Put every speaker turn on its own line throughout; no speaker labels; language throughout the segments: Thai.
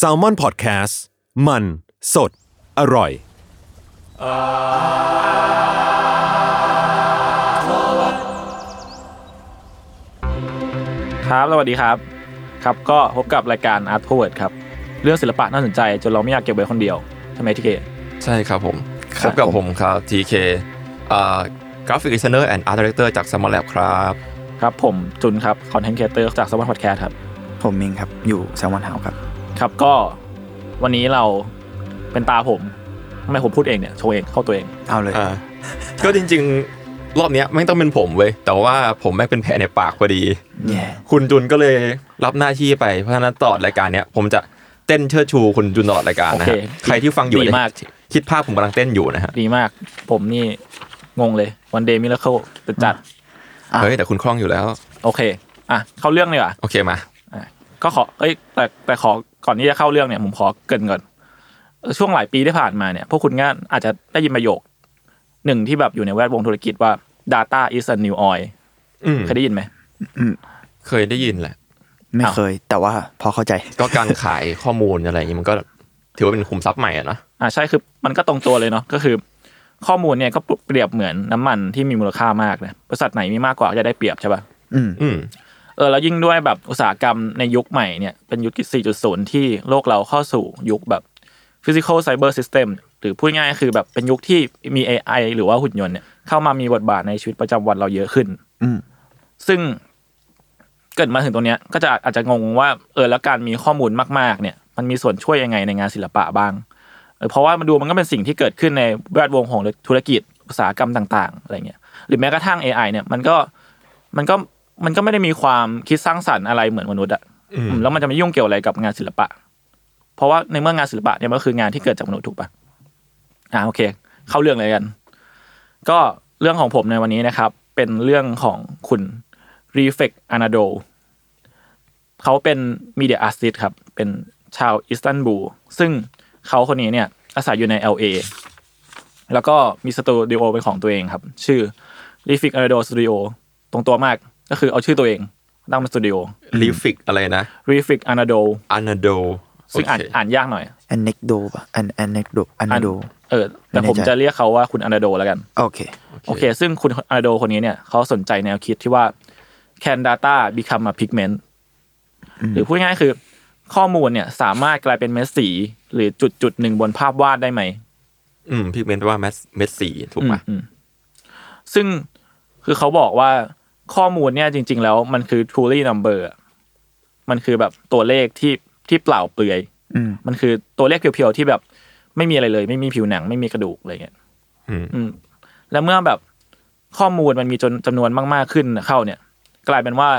s a l m o n PODCAST มันสดอร่อย
ครับสวัสดีครับ ครับก็พบกับรายการ Art Forward ครับ เรื่องศิลปะน่าสนใจจนเราไม่อยากเก็บไว้คนเดียวใช่ไหมที่เก
ใช่ครับผม
ค
พ
รับบ
กับ
ผ
ผม มครับ TK กราฟิกดีไซเนอร์แอนด์อาร์ตดีเรคเตอร์จาก s m a r t Lab ครับ
ครับผมจุนครับ คอนเทนต์ r e a t เตอร์จากสม o ร์ p พอดแคสต์ครับ
ผมเองครับ อยู่แซลมอนเฮาครับ
ครับก็วันนี้เราเป็นตาผมทำไมผมพูดเองเนี่ยโชว์เองเข้าตัวเอง
เอาเลย
อ่า ก็จริงๆ รอบเนี้ยแม่งต้องเป็นผมเว้ย แต่ว่าผมแม่งเป็นแผลในปากพอดี
แย่
คุณจุนก็เลยรับหน้าที่ไป เพราะฉะนั้นตลอดรายการเนี้ยผมจะเต้นเชิดชูคุณจุนตลอดรายการนะ
โอ
ฮะ
เค
ใครที่ฟังอยู่
ดี
เนี่ย
มาก
คิดภาพผมกำลังเต้นอยู่นะฮะ
ดีมาก ผมนี่งงเลยวันเดย์มิราเคิลจะจัด
อ่ะ
เฮ้ย แต่คุณคล่องอยู่แล้ว
โอเค อ่ะ เข้าเรื่องเลยว่ะ
โอเคมา
ก็ขอ เอ้ย แต่ แต่ขอ ก่อนที่จะเข้าเรื่องเนี่ย ผมขอเกรินก่อนเอ่อช่วงหลายปีที่ผ่านมาเนี่ย พวกคุณก็อาจจะได้ยินประโยคหนึ่งที่แบบอยู่ในแวดวงธุรกิจว่า data is a new oil
อืม
เคยได้ยินไหม
เคยได้ยินแหละ
ไม่
อ้าว
เคย แต่ว่าพอเข้าใจ
ก็การขายข้อมูลอะไรอย่างงี้มันก็ถือว่าเป็นคุมทรัพย์ใหม่อะนะ
อ่าใช่ คือ มันก็ตรงตัวเลยเนาะ ก็คือ ข้อมูลเนี่ยก็เปรียบเหมือนน้ำมันที่มีมูลค่ามากนะบริษัทไหนมีมากกว่าก็จะได้เปรียบใช่ป่ะ
อืม
อืม
เออแล้วยิ่งด้วยแบบอุตสาหกรรมในยุคใหม่เนี่ยเป็นยุค 4.0 ที่โลกเราเข้าสู่ยุคแบบ physical cyber system หรือพูดง่ายๆคือแบบเป็นยุคที่มี AI หรือว่าหุ่นยนต์เนี่ยเข้ามามีบทบาทในชีวิตประจำวันเราเยอะขึ้น
อืม
ซึ่งเกิดมาถึงตรงเนี้ยก็จะอาจจะงงว่าเออแล้วการมีข้อมูลมาก ๆ เนี่ยมันมีส่วนช่วยยังไงในงานศิลปะบ้างเออเพราะว่ามันดูมันก็เป็นสิ่งที่เกิดขึ้นในแวดวงของธุรกิจอุตสาหกรรมต่าง ๆ อะไรเงี้ยหรือแม้กระทั่ง AI เนี่ยมันก็มันก็มันก็ไม่ได้มีความคิดสร้างสรรค์อะไรเหมือนมนุษย์อะ
อืม
อืมแล้วมันจะไม่ยุ่งเกี่ยวอะไรกับงานศิลปะ เพราะว่าในเมื่องานศิลปะเนี่ยมันก็คืองานที่เกิดจากมนุษย์ถูกปะอ่าโอเค เข้าเรื่องเลยกัน ก็เรื่องของผมในวันนี้นะครับ เป็นเรื่องของคุณ r e f e c a n a d o เขาเป็นมีเดียอาร์ติสครับ เป็นชาวอิสตันบูลซึ่งเขาคนนี้เนี่ย อาศัยอยู่ใน LA แล้วก็มีสตูดิโอเป็นของตัวเองครับ ชื่อ r e f e c a n a d o Studio ตรงตัวมากก็คือเอาชื่อตัวเองตั้งเป็นสตูดิโอ
รีฟิกอะไรนะ
r e f e c a n a d o
อานาโด
ซึ่งอ่านอ่านยากหน่อย
อันเน็กโดป่ะ อันอันเน็กโดอัน
อัน
โด
เออแต่ผม
ไม่แน่ใจ
จะเรียกเขาว่าคุณอนาโดแล้วกัน
โอเค
โอเค ซึ่งคุณอาโดคนนี้เนี่ยเขาสนใจแนวคิดที่ว่า can data become a pigment หรือพูดง่ายๆคือ ข้อมูลเนี่ยสามารถกลายเป็นเม็ดสี หรือจุดจุดๆหนึ่งบนภาพวาดได้ไหม
อืมพี่เมนว่าแมสเม็ดสีถูกไหม
อืมอืมซึ่งคือเขาบอกว่าข้อมูลเนี่ยจริง ๆ แล้วมันคือ truly number อะมันคือแบบตัวเลขที่ที่เปล่าเปลือย
อืม
มันคือตัวเลขเพียวๆที่แบบไม่มีอะไรเลย ไม่มีผิวหนังไม่มีกระดูกอะไรเงี้ย
อืม
อืม แล้วเมื่อแบบข้อมูลมันมีจนจำนวนมากๆขึ้นเข้าเนี่ย กลายเป็นว่า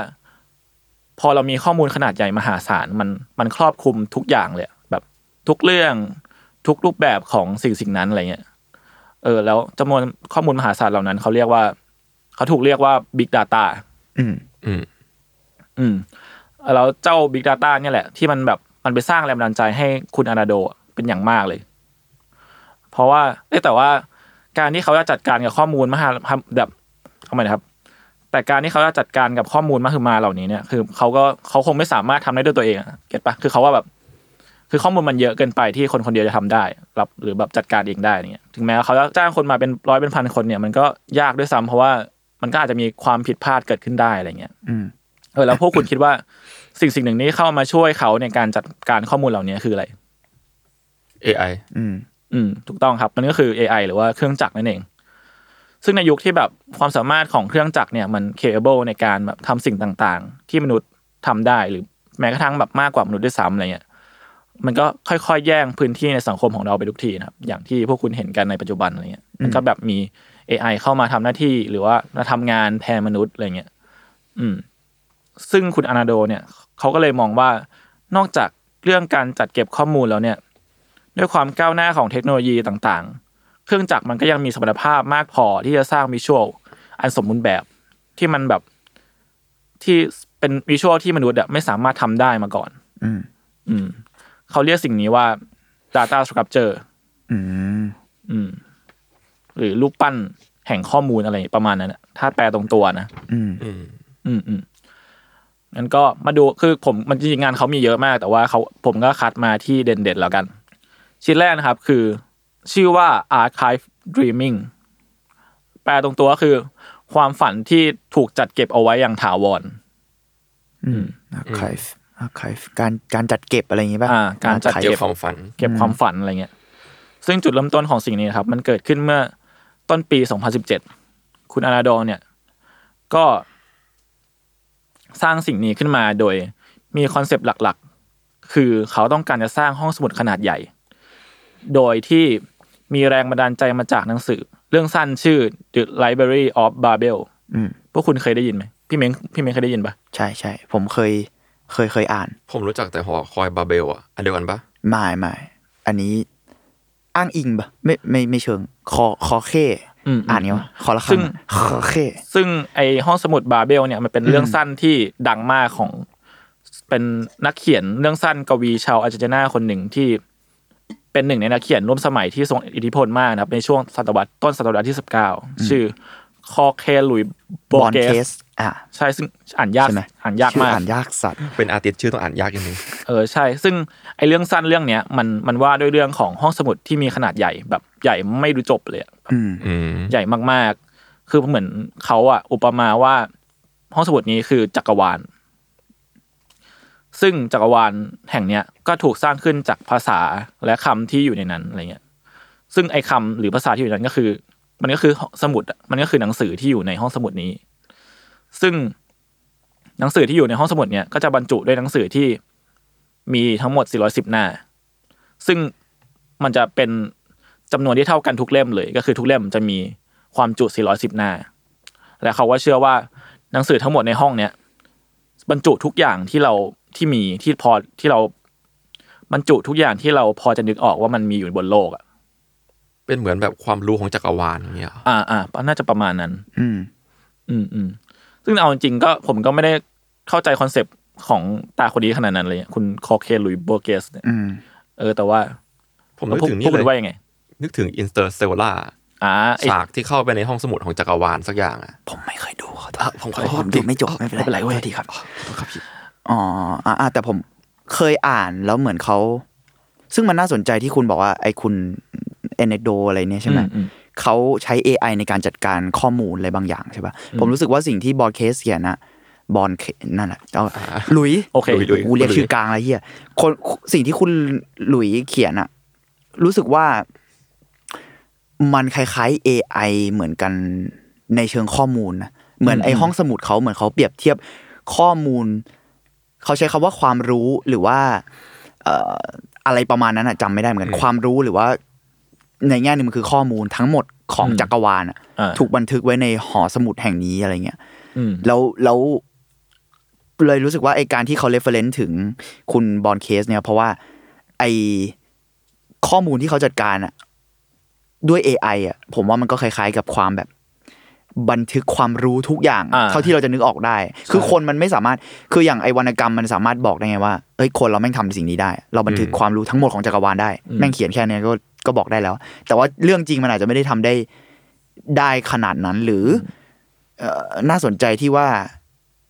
พอเรามีข้อมูลขนาดใหญ่มหาศาลมันมันครอบคลุมทุกอย่างเลยอะแบบทุกเรื่องทุกรูปแบบของสิ่งสิ่งนั้นอะไรเงี้ย เออแล้วจำนวนข้อมูลมหาศาลเหล่านั้นเขาเรียกว่า เขาถูกเรียกว่า Big Data
อืม
อืม
อืมแล้วเจ้า Big Data เนี่ยแหละ ที่มันแบบมันไปสร้างแรงบันดาลใจให้คุณอนาโดอะเป็นอย่างมากเลย เพราะว่าเอ้ยแต่ว่าการที่เขาจะจัดการกับข้อมูลมหาแบบทำไมนะครับ แต่การที่เขาจะจัดการกับข้อมูลมหึมาเหล่านี้เนี่ยคือเขาก็เขาคงไม่สามารถทำได้ด้วยตัวเองอะเก็ตปะคือเขาว่าแบบ คือข้อมูลมันเยอะเกินไปที่คนคนเดียวจะทำได้ รับหรือแบบจัดการเองได้อะไรเงี้ยถึงแม้เขาจะจ้างคนมาเป็นร้อยเป็นพันคนเนี่ยมันก็ยากด้วยซ้ำเพราะว่ามันก็อาจจะมีความผิดพลาดเกิดขึ้นได้อะไรเงี้ย
อืม
เออแล้วพวกคุณคิดว่าสิ่งสิ่งหนึ่งนี้เข้ามาช่วยเขาในการจัดการข้อมูลเหล่านี้คืออะไร
เอไอ
อืม
อืมถูกต้องครับ มันก็คือ AI หรือว่าเครื่องจักรนั่นเอง ซึ่งในยุคที่แบบความสามารถของเครื่องจักรเนี่ยมัน capable ในการแบบทำสิ่งต่างๆ ที่มนุษย์ทำได้หรือแม้กระทั่งแบบมากกว่ามนุษย์ด้วยซ้ำอะไรเงี้ยมันก็ค่อยๆ แย่งพื้นที่ในสังคมของเราไปทุกทีนะครับ อย่างที่พวกคุณเห็นกันในปัจจุบันอะไรเงี้ยมันก็แบบมี AI เข้ามาทำหน้าที่หรือว่ามาทำงานแทนมนุษย์อะไรเงี้ย อืม ซึ่งคุณอนาโดเนี่ยเขาก็เลยมองว่า นอกจากเรื่องการจัดเก็บข้อมูลแล้วเนี่ย ด้วยความก้าวหน้าของเทคโนโลยีต่างๆ เครื่องจักรมันก็ยังมีสมรรถภาพมากพอที่จะสร้างวิชวลอันสมบูรณ์แบบที่มันแบบที่เป็นวิชวลที่มนุษย์อะไม่สามารถทำได้มาก่อน
อืม
อืม เขาเรียกสิ่งนี้ว่า data structure
อืม
อืม หรือรูปปั้นแห่งข้อมูลอะไรประมาณนั้นอะถ้าแปลตรงตัวนะ
อืม
อืม
อืมอืมงั้นก็มาดูคือผมมันจริงๆงานเขามีเยอะมาก แต่ว่าเขาผมก็คัดมาที่เด่นๆแล้วกัน ชิ้นแรกนะครับคือ ชื่อว่า archive dreaming แปลตรงตัวก็คือ ความฝันที่ถูกจัดเก็บเอาไว้อย่างถาวร
อืม archive archive การการจัดเก็บอะไรอย่างงี้ป่ะ
อ่าการจัด
เกี่ยว
เก็บ
ของฝัน
เก็บความฝันอะไรเงี้ย ซึ่งจุดเริ่มต้นของสิ่งนี้นะครับ มันเกิดขึ้นเมื่อต้นปี 2017 คุณอนาดอเนี่ย ก็ สร้างสิ่งนี้ขึ้นมาโดยมีคอนเซปต์หลักๆ คือเขาต้องการจะสร้างห้องสมุดขนาดใหญ่ โดยที่มีแรงบันดาลใจมาจากหนังสือ เรื่องสั้นชื่อ The Library of Babel
อืม
พวกคุณเคยได้ยินไหมพี่เม้งพี่เม้งเคยได้ยินปะ
ใช่ใช่ผมเคยเคยเคยอ่าน
ผมรู้จักแต่หอคอยบาเบลอ่ะอันเดียวกันปะ
ไม่ไม่อันนี้อ้างอิงปะไม่ไม่ไม่เชิง คอคอเค่
ม
อ่านไงวะคอละค
ซึ่
รัง
ง
คอเค่
ซึ่งไอห้องสมุดบาเบลเนี่ยมันเป็นเรื่องสั้นที่ดังมากของเป็นนักเขียนเรื่องสั้นกวีชาวอาร์เจนตินาคนหนึ่งที่เป็นหนึ่งในนักเขียนร่วมสมัยที่ทรงอิทธิพลมากนะครับในช่วงศตวรรษต้นศตวรรษที่ 19 ชื่อคอเคลุยโบบ
อน
เก
เค
ส
ส อ่ะ
ใช่ซึ่งอ่านยาก
ใช่ไหม
อ่านยาก
ชื่อ
มาก
อ่านยากสัตว์
เป็นอาร์ติสต์ชื่อต้องอ่านยากอย่างนี้
เออใช่ ซึ่งไอเรื่องสั้นเรื่องเนี้ยมันมันว่าด้วยเรื่องของห้องสมุดที่มีขนาดใหญ่แบบใหญ่ไม่รู้จบเลยอะ
อืม
อืม
ใหญ่มากๆ คือเหมือนเขาอะอุปมาว่า ห้องสมุดนี้คือจักรวาล ซึ่งจักรวาลแห่งเนี้ยก็ถูกสร้างขึ้นจากภาษาและคำที่อยู่ในนั้นอะไรเงี้ย ซึ่งไอ้คำหรือภาษาที่อยู่ในนั้นก็คือ มันก็คือสมุดอะมันก็คือหนังสือที่อยู่ในห้องสมุดนี้ ซึ่งหนังสือที่อยู่ในห้องสมุดเนี่ยก็จะบรรจุด้วยหนังสือที่มีทั้งหมด 410 หน้า ซึ่งมันจะเป็นจำนวนที่เท่ากันทุกเล่มเลย ก็คือทุกเล่มจะมีความจุ 410 หน้า และเขาก็เชื่อว่าหนังสือทั้งหมดในห้องเนี้ยบรรจุทุกอย่างที่เราที่มีที่พอที่เราบรรจุทุกอย่างที่เราพอจะนึกออกว่ามันมีอยู่บนโลกอ่ะ
เป็นเหมือนแบบความรู้ของจักรวาลอย่างเงี้ยเหรอ
อ่าอ่าน่าจะประมาณนั้น
อืม
อืมอืมซึ่งเอาจริงๆก็ผมก็ไม่ได้เข้าใจคอนเซปต์ของตาคนนี้ขนาดนั้นเลย คุณคอเคนลุยโบเกสเนี่ย
อืม
เออ แต่ว่า
ผมนึก
พวก
ถึ
พ
งนี่
วก
เล
คุณ
ย
ว่ายังไง
นึกถึงอินเตอร์เซลล่า
อ่าไอ้
ฉากที่เข้าไปในห้องสมุดของจักรวาลสักอย่างอ่ะ
ผมไม่เคยดูขอโทษ
อ่ะผมขอโทษ
ผมดู
ดิ
ไม่จบ
อ๋อ
ไม่เป็นไรเว้ยทีครับ
ครับพี่
อ๋ออ่ะอ่ะแต่ผมเคยอ่านแล้วเหมือนเขา ซึ่งมันน่าสนใจที่คุณบอกว่าไอ้คุณเอเนโดอะไรเนี่ยใช่ไหม
อืมอืม
เขาใช้ AI ในการจัดการข้อมูลอะไรบางอย่างใช่ป่ะ ผมรู้สึกว่าสิ่งที่บอลเคสเขียนนะบอลเคนั่นแหละเอาห ลุย
โอเค
ลุยๆ
กูเรียกชื่อกลางอะไรเฮียคนสิ่งที่คุณหลุยเขียนอะรู้สึกว่ามันคล้ายๆ AI เหมือนกันในเชิงข้อมูลนะเหมือนไอห้องสมุดเขาเหมือนเขาเปรียบเทียบข้อมูล เขาใช้คำว่าความรู้หรือว่า เอ่ออะไรประมาณนั้นอะจำไม่ได้เหมือนกันความรู้หรือว่า ในแง่หนึงมันคือข้อมูลทั้งหมดของ
อืม
จักรวาลอะ
อ่า
ถูกบันทึกไว้ในหอสมุดแห่งนี้อะไรเงี้ย
อืม
แล้วแล้วเลยรู้สึกว่าไอการที่เขาเรฟเฟรนซ์ถึงคุณบอลเคสเนี่ย เพราะว่าไอข้อมูลที่เขาจัดการอะด้วย AI อะผมว่ามันก็คล้ายๆกับความแบบ บันทึกความรู้ทุกอย่าง
อ่า
เท่าที่เราจะนึกออกได้ คือคนมันไม่สามารถคืออย่างไอวรรณกรรมมันสามารถบอกได้ไงว่าเอ้ยคนเราแม่งทำสิ่งนี้ได้ เราบันทึกความรู้ทั้งหมดของจักรวาลได้
อืม
แม่งเขียนแค่เนี้ยก็ก็บอกได้แล้ว แต่ว่าเรื่องจริงมันอาจจะไม่ได้ทำได้ได้ขนาดนั้นหรืออ เอ่อน่าสนใจที่ว่า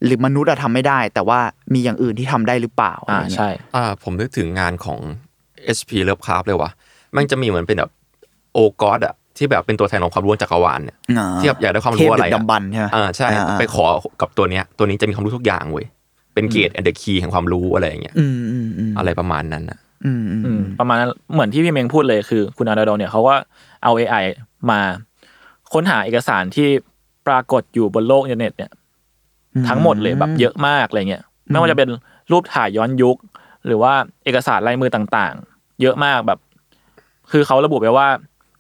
หรือมนุษย์อะทำไม่ได้ แต่ว่ามีอย่างอื่นที่ทำได้หรือเปล่า
อ่า
ะไรเงี้ย
ใช่
อ่า ผมนึกถึงงานของ HP Lovecraft เลยว่ะมันจะมีเหมือนเป็นแบบโอกอสอ่ะที่แบบเป็นตัวแทนของความรู้จักรวาลเนี่ย
อ่า
เทียบอยากได้ความ
เท
รู้
พ
อะไร
ดึก
อะ
ดำบันใช่ไหม
อ่าใช่
อ่า
ไปขอกับตัวเนี้ย ตัวนี้จะมีความรู้ทุกอย่างเว้ย เป็นเกตแอนเดอร์คีแห่งความรู้อะไรอย่างเงี้ย
อืมอืมอืม
อะไรประมาณนั้นนะ
อืมอืม
อืมประมาณนั้นเหมือนที่พี่เมงพูดเลยคือ คุณอาดาโดเนี่ยเขาก็เอา AI มาค้นหาเอกสารที่ปรากฏอยู่บนโลกอินเทอร์เน็ตเนี่ย ทั้งหมดเลยแบบเยอะมากอะไรเงี้ยไม่ว่าจะเป็นรูปถ่ายย้อนยุค หรือว่าเอกสารลายมือต่างๆ เยอะมากแบบ คือเขาระบุไว้ว่า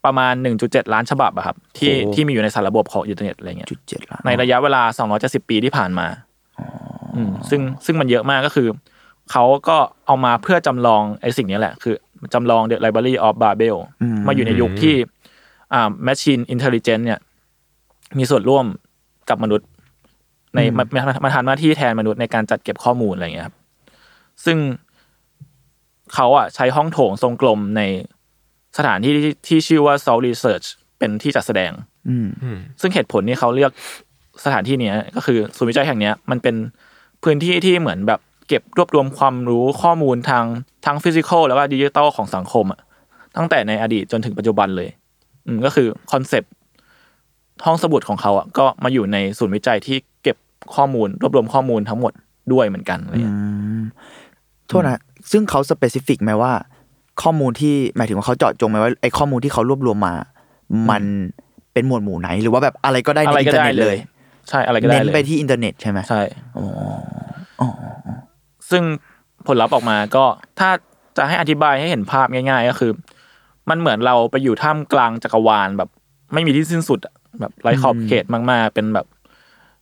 ประมาณ 1.7 ล้านฉบับอะครับ ที่ที่มีอยู่ในสารระบบของอินเทอร์เน็ตอะไรเงี้ย
จุดเจ็ดล้าน
ในระยะเวลา 270 ปีที่ผ่านมา อืมซึ่งซึ่งมันเยอะมากก็คือ เขาก็เอามาเพื่อจำลองไอ้สิ่งนี้แหละ คือจำลอง The Library of Babel
อืม
มาอยู่ในยุคที่อ่า Machine Intelligence เนี่ย มีส่วนร่วมกับมนุษย์ ในมันมันมันทำหน้าที่แทนมนุษย์ในการจัดเก็บข้อมูลอะไรอย่างเงี้ยครับซึ่งเขาอะใช้ห้องโถงทรงกลมในสถานที่ที่ที่ชื่อว่า Soul Research เป็นที่จัดแสดง
อืม
อืม
ซึ่งเหตุผลที่เขาเลือกสถานที่เนี้ยก็คือศูนย์วิจัยแห่งเนี้ยมันเป็นพื้นที่ที่เหมือนแบบเก็บรวบรวมความรู้ข้อมูลทางทั้งฟิสิกอลแล้วก็ดิจิตอลของสังคมอะตั้งแต่ในอดีตจนถึงปัจจุบันเลย อืมก็คือคอนเซปต์ห้องสมุดของเขาอ่ะก็มาอยู่ในศูนย์วิจัยที่เก็บข้อมูล รวบรวมข้อมูลทั้งหมดด้วยเหมือนกันอะไรอย่างเงี้ย
โทษนะซึ่งเขาสเปซิฟิกไหมว่า ข้อมูลที่หมายถึงว่าเขาเจาะจงไหมว่าไอ้ข้อมูลที่เขารวบรวมมา มันเป็นหมวดหมู่ไหน หรือว่าแบบอะไรก็ได้
อะ
ใน
ไร
อิ
ก็
นเทอร์
ได้
เน็ต
เล
เลย ย
ใช่อะไรก็ได้
เน้น
เลย
ไปที่อินเทอร์เน็ตใช่ไหม
ใช่ซึ่งผลลัพธ์ออกมาก็ถ้าจะให้อธิบายให้เห็นภาพง่าย ๆ ก็คือ มันเหมือนเราไปอยู่ท่ามกลางจักรวาลแบบ ไม่มีที่สิ้นสุดอะแบบไร้ขอบเขตมากๆ เป็นแบบ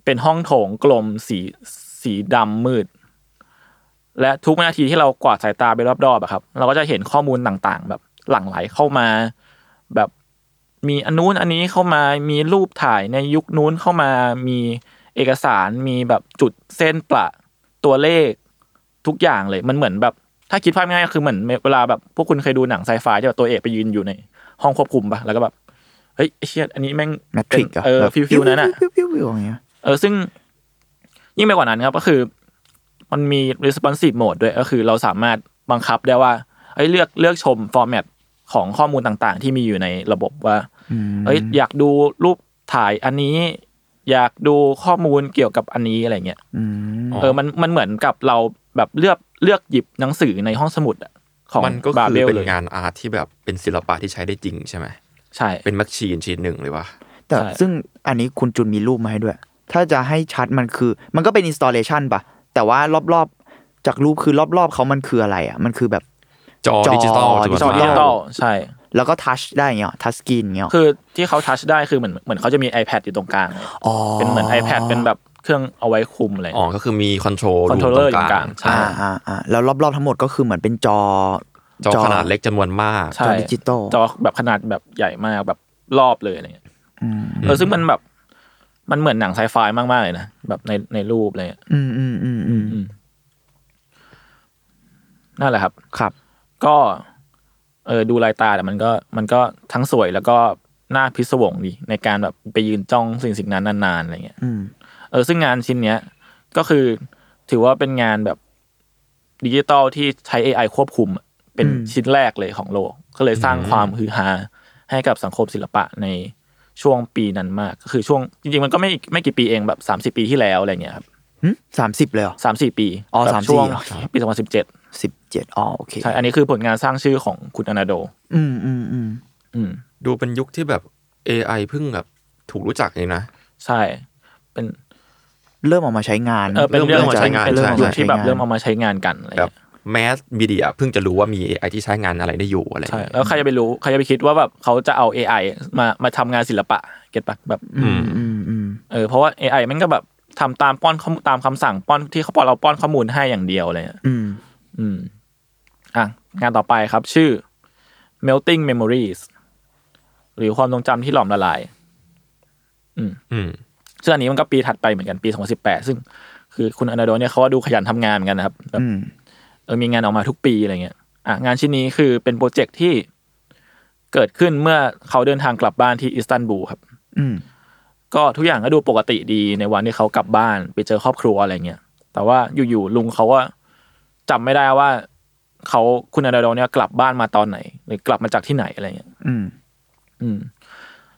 เป็นห้องโถงกลมสีสีดำมืด และทุกวินาทีที่เรากวาดสายตาไปรอบๆอะครับ เราก็จะเห็นข้อมูลต่างๆ แบบหลั่งไหลเข้ามา แบบมีอันนู้นอันนี้เข้ามามีรูปถ่ายในยุคนู้นเข้ามามีเอกสารมีแบบจุดเส้นประตัวเลขทุกอย่างเลยมันเหมือนแบบ ถ้าคิดภาพง่ายๆคือเหมือนเวลาแบบพวกคุณเคยดูหนังไซไฟที่แบบตัวเอกไปยืนอยู่ใน ห้องควบคุมปะแล้วก็แบบเฮ้ยไอ้เชี่ยอันนี้แม่ง
แมทริก
เออฟิวฟิวนั้นอะ
ฟิวฟิวฟิวอย่างเงี้ย
เออซึ่งยิ่งไปกว่านั้นครับก็คือ มันมี responsive mode ด้วยก็คือเราสามารถบังคับได้ว่าเอ้ยเลือกเลือกชมฟอร์แมตของข้อมูลต่างๆ ที่มีอยู่ในระบบว่า
อืม
เอ้ยอยากดูรูปถ่ายอันนี้ อยากดูข้อมูลเกี่ยวกับอันนี้อะไรเงี้ย
อืม
เออมันมันเหมือนกับเราแบบเลือกเลือกหยิบหนังสือในห้องสมุดอะของ
มันก็
บา
คือ
เบล
เป็น
เลย
งานอาร์ตที่แบบเป็นศิลปะที่ใช้ได้จริงใช่ไหม
ใช่
เป็นแมชชีนชิ้นหนึ่งเลยว่ะ
แต่
ใช่
ซึ่งอันนี้คุณจุนมีรูปมาให้ด้วย ถ้าจะให้ชัดมันคือ มันก็เป็นอินสต l เลชันป่ะ แต่ว่ารอบๆ จากรูปคือรอบๆเขามันคืออะไรอ่ะ มันคือแบบ
จอ
จอ
ดิจิตอล
ดิจิ
จอดิจิตอลใช่
แล้วก็ทัชได้อย่างเงี้ยทัชสกินเงี้ย
คือที่เขาทัชได้คือเหมือนเหมือนเขาจะมี iPad อยู่ตรงกลางเลย
อ๋อ
เป็นเหมือน iPad เป็นแบบเครื่องเอาไว้คุมเลย
อ๋อก็คือมีคอนโทรล
controller อยู่ตรงกลางใช่
อ่าอ่าอ่าแล้วรอบๆทั้งหมดก็คือเหมือนเป็นจอ
จอขนาดเล็กจำนวนมาก
ใช่
จอดิจิตอล
จอแบบขนาดแบบใหญ่มากแบบรอบเลยอะไรเงี้ยเออซึ่งมันแบบ มันเหมือนหนังไซไฟมากๆเลยนะแบบในในรูปเลย
อืมอืมอืมอืม
นั่นแหละครับ
ครับ
ก็เออดูลายตาแต่มันก็มันก็ทั้งสวยแล้วก็น่าพิศวงดีในการแบบไปยืนจ้องสิ่งสิ่งนั้นนานๆอะไรเงี้ย
อืม
เออซึ่งงานชิ้นเนี้ย ก็คือถือว่าเป็นงานแบบดิจิตอลที่ใช้ AI ควบคุมอะเป็น
อืม
ชิ้นแรกเลยของโลก ก็เลยสร้างความฮือฮาให้กับสังคมศิลปะในช่วงปีนั้นมาก ก็คือช่วงจริงๆ มันก็ไม่ไม่กี่ปีเองแบบสามสิบ30 ปีที่แล้วอะไรเงี้ยครับ
สามสิบเลยเหรอ
สามสี่ปี
อ๋อ
แบบ
สามสี่
ช่วง
เหรอครับ
ปีสองพันสิบเจ็ด
สิบเจ็ดอ๋อโอเค
ใช่อันนี้คือผลงานสร้างชื่อของคุณอนาโด
อืมอืมอืม
อืม
ดูเป็นยุคที่แบบ AI เพิ่งแบบถูกรู้จักเลยนะ
ใช่ เป็น
เริ่มเออกมาใช้งาน
เออเป็น
เริ่ม
เรื่อง
มาใช้งาน
เป็นเรื่อง
ใช่
ยุคที่แบบเริ่มเอามาใช้งานกันอะไร
แบ
เงี้
บ
ย
แมสมีเดียเพิ่งจะรู้ว่ามี AI ที่ใช้งานอะไรได้อยู่อะไร
ใช่ แล้วใครจะไปรู้ ใครจะไปคิดว่าแบบเขาจะเอา AI มามาทำงานศิลปะ เก็ตปะแบบ
อืม
อืมอืม
เออ เพราะว่า AI มันก็แบบทำตามป้อนข้อมูลตามคำสั่งป้อนที่เขาป้อนเราป้อนข้อมูลให้อย่างเดียวอะไรเลย
อืม
อืม อ่ะ งานต่อไปครับ ชื่อ melting memories หรือความทรงจำที่หลอมละลาย
อืม
ซึ่งอันนี้มันก็ปีถัดไปเหมือนกันปี 2018 ซึ่ง คือคุณอนาโดเนี่ยเขาก็ดูขยันทำงานเหมือนกันนะครับแบบ
อืม
เออมีงานออกมาทุกปีอะไรเงี้ย อ่ะงานชิ้นนี้คือเป็นโปรเจกต์ที่เกิดขึ้นเมื่อเขาเดินทางกลับบ้านที่อิสตันบูลครับ
อืม
ก็ทุกอย่างก็ดูปกติดีในวันที่เขากลับบ้านไปเจอครอบครัวอะไรเงี้ย แต่ว่าอยู่ๆลุงเขาว่าจำไม่ได้ว่าเขาคุณอนาโดเนี่ยกลับบ้านมาตอนไหน หรือกลับมาจากที่ไหนอะไรเงี้ย
อืม
อืม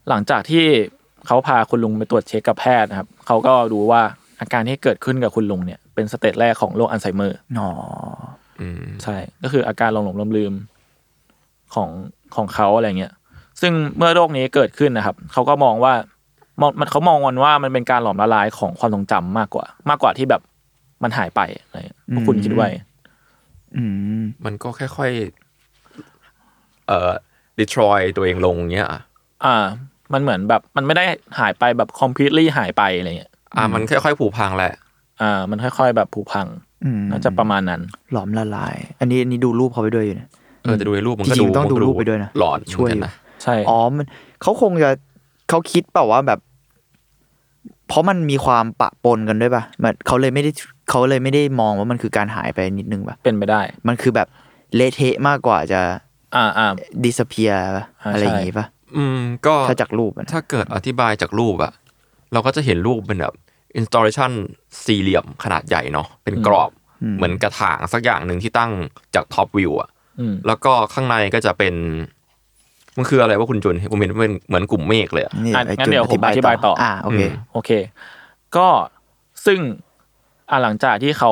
หลังจากที่เขาพาคุณลุงไปตรวจเช็คกับแพทย์นะครับ เขาก็รู้ว่าอาการที่เกิดขึ้นกับคุณลุงเนี่ยเป็นสเตจแรกของโรคอัลไซเมอร์
อ๋อ
อืม
ใช่ ก็คืออาการหลงหลงลืมลืมของของเขาอะไรเงี้ย ซึ่งเมื่อโรคนี้เกิดขึ้นนะครับ เขาก็มองว่ามองมันเขามองมันว่ามันเป็นการหลอมละลายของความทรงจำมากกว่า มากกว่าที่แบบมันหายไปอะไรเงี้ยพวกคุณคิดไว้
อืม
มันก็ค่อยๆเอ่อดีทรอยตัวเองลงเงี้ยอ่ะ
อ่า มันเหมือนแบบมันไม่ได้หายไปแบบ completely หายไปอะไรเงี้ย
อ่ะมันค่อยๆ ผูพังแหละ
อ่า มันค่อยๆแบบผุพัง
อืม
น่าจะประมาณนั้น
หลอมละลาย อันนี้อันนี้ดูรูปเขาไปด้วยอยู่เนี่ย
เออแต่ดูในรูปมันก็
จริ
ดู
งๆต้อง
มันก็
ดูรูปไปด้วยนะ
หลอน
ช่
ช่
ว
วย ยนะ
ใช่
อ๋อมันเขาคงจะเขาคิดเปล่าว่าแบบ เพราะมันมีความปะปนกันด้วยป่ะมันเขาเลยไม่ได้เขาเลยไม่ได้มองว่ามันคือการหายไปนิดนึงป่ะ
เป็นไปได้
มันคือแบบเละเทะมากกว่าจะ
อ่าอ่า
disappear ป่ะ
อ่า
อะไร
ใช่
อย่างงี้ป่ะ
อืมก็
ถ้าจากรูปอะนะ
ถ้าเกิดอธิบายจากรูปอะเราก็จะเห็นรูปเป็นแบบ installation สี่เหลี่ยมขนาดใหญ่เนาะเป็นกรอบเหมือนกระถางสักอย่างหนึ่งที่ตั้งจากท็อปวิวอะ
อืม
แล้วก็ข้างในก็จะเป็น มันคืออะไรว่าคุณจุนผมเห็นเป็นเหมือนกลุ่มเมฆเลยอะ
ะ
ไอ้
งั้น
จุ
เดี๋ยวผมอธิบายต่ออ่
อ่าโอเค
อืม
โอเค ก็ซึ่งอ่ะหลังจากที่เขา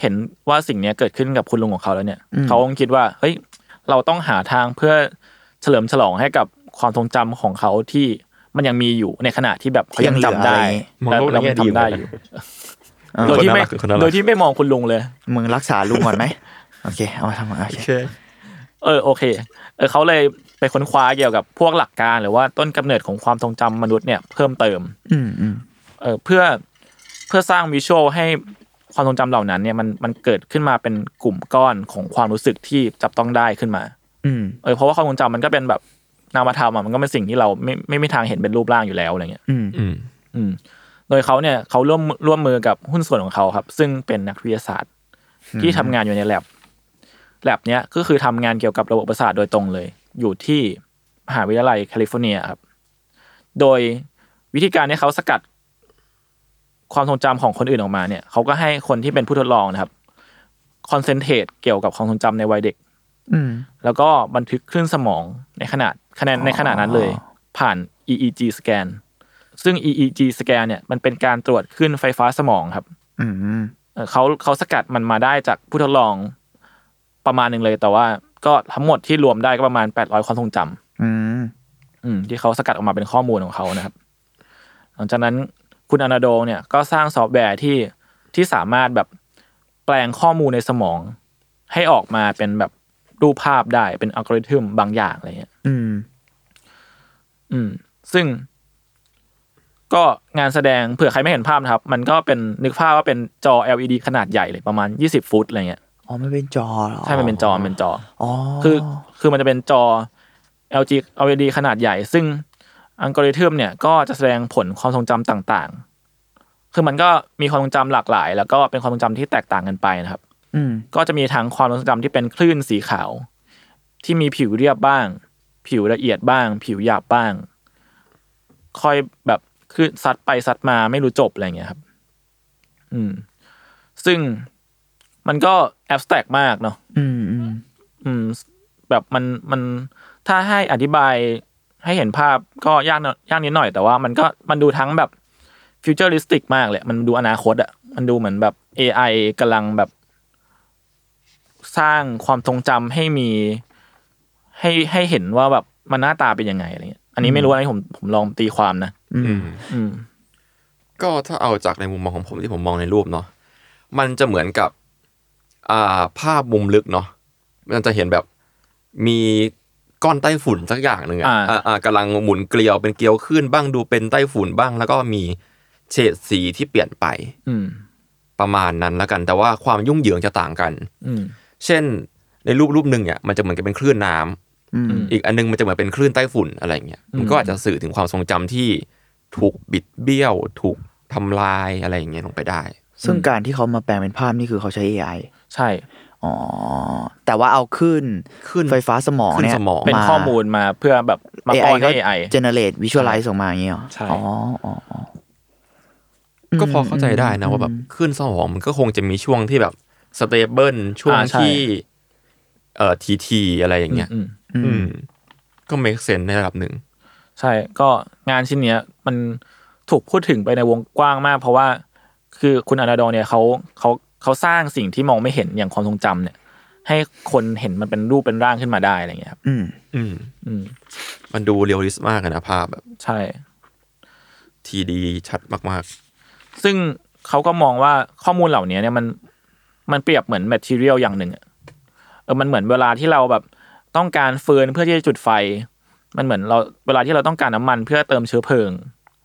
เห็นว่าสิ่งเนี้ยเกิดขึ้นกับคุณลุงของเขาแล้วเนี่ย
อืม
เขาคงคิดว่าเฮ้ยเราต้องหาทางเพื่อเฉลิมฉลองให้กับความทรงจำของเขาที่มันยังมีอยู่ในขณะที่แบบเขายังจำได้
มอง
และ
โลกใน
เรา
แง่
ยัง
ดีเห
ทำ
มือน
ได้
กัน
อยู่
เออ
โดยที่ไม่
คนน่ารักคนน่ารัก
โดยที่ไม่มองคุณลุงเลย
มึงรักษาลุง ก่อนไหม โอเค เอามาทำมาโอเค
เออโอเคเออเขาเลยไปค้นคว้าเกี่ยวกับพวกหลักการ หรือว่าต้นกำเนิดของความทรงจำมนุษย์เนี่ยเพิ่มเติม
อืมอืม
เออเพื่อเพื่อสร้างวิชวลให้ความทรงจำเหล่านั้นเนี่ยมันมันเกิดขึ้นมาเป็นกลุ่มก้อนของความรู้สึกที่จับต้องได้ขึ้นมา
อืม
เออเพราะว่าความทรงจำมันก็เป็นแบบนามธรรมอ่ะมันก็เป็นสิ่งที่เราไม่ไม่มีทางเห็นเป็นรูปร่างอยู่แล้วอะไรเงี้ย
อืม
อืม
อืมโดยเขาเนี่ยเขาร่วมร่วมมือกับหุ้นส่วนของเขาครับ ซึ่งเป็นนักวิทยาศาสตร์ ที่ทำงานอยู่ในแ a บแ a บเนี้ยก็คือทำงานเกี่ยวกับระบบประสาทโดยตรงเลย อยู่ที่มหาวิทยาลัยแคลิฟอร์เนียครับ โดยวิธีการที่เขาสกัดความทรงจำของคนอื่นออกมาเนี่ยเขาก็ให้คนที่เป็นผู้ทดลองนะครับคอนเซนเทรตเกี่ยวกับความทรงจำในวัยเด็ก
อืม
แล้วก็บันทึกคลื่นสมองในขนาดคะแนนในขนาดนั้นเลย ผ่าน EEG สแกนซึ่ง EEG สแกนเนี่ยมันเป็นการตรวจคลื่นไฟฟ้าสมองครับ
อืม
เอ่อเขาเขาสกัดมันมาได้จากผู้ทดลองประมาณหนึ่งเลย แต่ว่าก็ทั้งหมดที่รวมได้ก็ประมาณ 800 ความทรงจำ
อืม
อืมที่เขาสกัดออกมาเป็นข้อมูลของเขานะครับ หลังจากนั้นคุณอนาโดเนี่ยก็สร้างซอฟต์แวร์ที่ที่สามารถแบบแปลงข้อมูลในสมอง ให้ออกมาเป็นแบบรูปภาพได้เป็นอัลกอริทึมบางอย่างอะไรเงี้ย
อืม
อืม ซึ่ง ก็งานแสดงเผื่อใครไม่เห็นภาพนะครับ มันก็เป็นนึกภาพว่าเป็นจอ LED ขนาดใหญ่เลยประมาณ 20 ฟุตอะไรเงี้ย
อ๋อไม่เป็นจอเหรอ
ใช่ มันเป็นจอ มันเป็นจอ
อ๋อ
คือ คือมันจะเป็นจอ LG LED ขนาดใหญ่ ซึ่งอัลกอริทึมเนี่ย ก็จะแสดงผลความทรงจำต่างๆ คือมันก็มีความทรงจำหลากหลาย แล้วก็เป็นความทรงจำที่แตกต่างกันไปนะครับ
อืม
ก็จะมีทั้งความทรงจำที่เป็นคลื่นสีขาว ที่มีผิวเรียบบ้าง ผิวละเอียดบ้าง ผิวหยาบบ้าง ค่อยแบบคือซัดไปซัดมาไม่รู้จบอะไรอย่างเงี้ยครับ อืม ซึ่งมันก็แอบสแต็กมากเนาะ
อืมอืม
อืมแบบมันมันถ้าให้อธิบายให้เห็นภาพก็ยากหน่อยยากนิดหน่อย แต่ว่ามันก็มันดูทั้งแบบฟิวเจอริสติกมากเลยมันดูอนาคตอ่ะมันดูเหมือนแบบ AI กำลังแบบ สร้างความทรงจำให้มีให้ให้เห็นว่าแบบมันหน้าตาเป็นยังไงอะไรเงี้ยอันนี้ไม่รู้นะผมผมลองตีความนะ
อืม
อืม
ก็ถ้าเอาจากในมุมมองของผมที่ผมมองในรูปเนาะมันจะเหมือนกับ อ่าภาพมุมลึกเนาะมันจะเห็นแบบมีก้อนไต้ฝุ่นสักอย่างหนึ่งอะ
อ่า
อ่าอ่ากำลังหมุนเกลียวเป็นเกลียวขึ้นบ้างดูเป็นไต้ฝุ่นบ้าง แล้วก็มีเฉดสีที่เปลี่ยนไป
อืม
ประมาณนั้นแล้วกัน แต่ว่าความยุ่งเหยิงจะต่างกัน
อืม
เช่น ในรูปรูปหนึ่งเนี่ยมันจะเหมือนกับเป็นคลื่นน้ำ
อืม
อีกอันนึงมันจะเหมือนเป็นคลื่นใต้ฝุ่นอะไรเงี้ย
อืม
มันก็อาจจะสื่อถึงความทรงจำที่ถูกบิดเบี้ยว ถูกทำลายอะไรอย่างเงี้ยลงไปได้
ซึ่งการที่เขามาแปลงเป็นภาพนี่คือเขาใช้ AI
ใช่
อ๋อ แต่ว่าเอาขึ้น
ขึ้น
ไฟฟ้าสมองเนี่ย
ขึ้นสมอง
เป็นข้อมูลมาเพื่อแบบมาป้อนให้ AI
เจเนเรตวิชวลไลซ์ออกมาอย่างเงี้ยเหรอ
ใช่
อ๋ออ๋ออ๋อ
ก็พอเข้าใจได้นะว่าแบบคลื่นสมองมันก็คงจะมีช่วงที่แบบสเตเบิลช่วง
อ่าใช่
ที่เอ่อทีทีอะไรอย่างเงี้ย
อืม
อืมก็ make sense ในระดับหนึ่ง
ใช่ ก็งานชิ้นเนี้ยมันถูกพูดถึงไปในวงกว้างมาก เพราะว่าคือคุณอนาดอเนี่ยเขาเขาเขาสร้างสิ่งที่มองไม่เห็นอย่างความทรงจำเนี่ย ให้คนเห็นมันเป็นรูปเป็นร่างขึ้นมาได้อะไรเงี้ยครับ
อืม
อืม
อืม
มันดูเรียลลิสต์มากเลยนะภาพแบบ
ใช่
ทีดีชัดมาก
ซึ่งเขาก็มองว่าข้อมูลเหล่านี้เนี่ยมันมันเปรียบเหมือนแมทเทียลอย่างหนึ่งอะเออมันเหมือนเวลาที่เราแบบต้องการฟืนเพื่อที่จะจุดไฟ มันเหมือนเราเวลาที่เราต้องการน้ำมันเพื่อเติมเชื้อเพลิง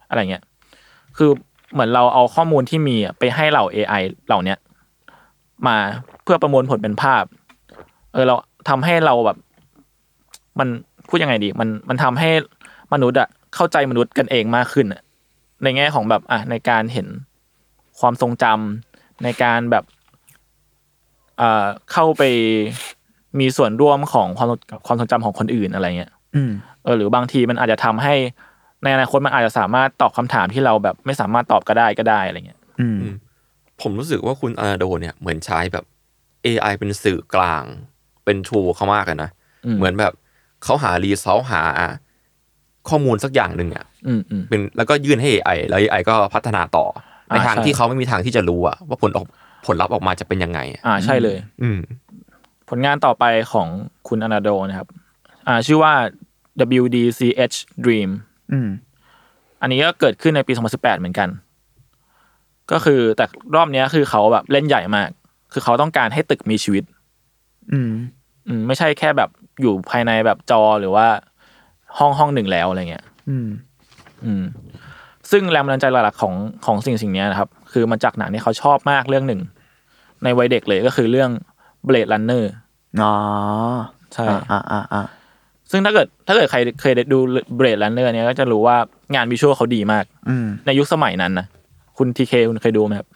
อะไรเงี้ยคือเหมือนเราเอาข้อมูลที่มีอะไปให้เหล่า AI เหล่าเนี้ย มาเพื่อประมวลผลเป็นภาพ เออเราทำให้เราแบบ มันพูดยังไงดี มันมันทำให้มนุษย์อะเข้าใจมนุษย์กันเองมากขึ้นอะในแง่ของแบบอ่ะในการเห็นความทรงจำในการแบบเอ่อเข้าไปมีส่วนร่วมของความกับความทรงจำของคนอื่นอะไรเงี้ย
อืม
เออหรือบางทีมันอาจจะทำให้ในอนาคตมันอาจจะสามารถตอบคำถามที่เราแบบไม่สามารถตอบก็ได้ก็ได้อะไรเงี้ย
อืม
ผมรู้สึกว่าคุณอาโดเนี่ยเหมือนใช้แบบ AI เป็นสื่อกลาง เป็นทูเขามากเลยนะ เหมือนแบบเขาหารีซอสหา ข้อมูลสักอย่างหนึ่งอ่ะ
อืมอืม
เป็นแล้วก็ยื่นให้ AI แล้ว AI ก็พัฒนาต่อ
อ่า
ในทาง
ใช่
ที่เขาไม่มีทางที่จะรู้อะว่าผลออกผลลัพธ์ออกมาจะเป็นยังไงอะ
อ่าใช่เลย
อืม
ผลงานต่อไปของคุณอนาโดนะครับ อ่า ชื่อว่า WDCH Dream
อืม
อันนี้ก็เกิดขึ้นในปี 2018 เหมือนกัน ก็คือแต่รอบเนี้ยคือเขาแบบเล่นใหญ่มาก คือเขาต้องการให้ตึกมีชีวิต
อืม
อืมไม่ใช่แค่แบบอยู่ภายในแบบจอหรือว่าห้องห้องหนึ่งแล้วอะไรเงี้ย
อืม
อืมซึ่งแรงบันดาลใจหลักๆของของสิ่งสิ่งเนี้ยนะครับ คือมาจากหนังที่เขาชอบมากเรื่องหนึ่ง ในวัยเด็กเลยก็คือเรื่อง Blade Runner
อ๋อ
ใช่
อ่าอ่าอ่าอ่า
ซึ่งถ้าเกิดถ้าเกิดใครเคยได้ดู Blade Runner เนี่ยก็จะรู้ว่างานวิชวลเขาดีมาก
อืม
ในยุคสมัยนั้นนะคุณทีเคคุณเคยดูไหมครับ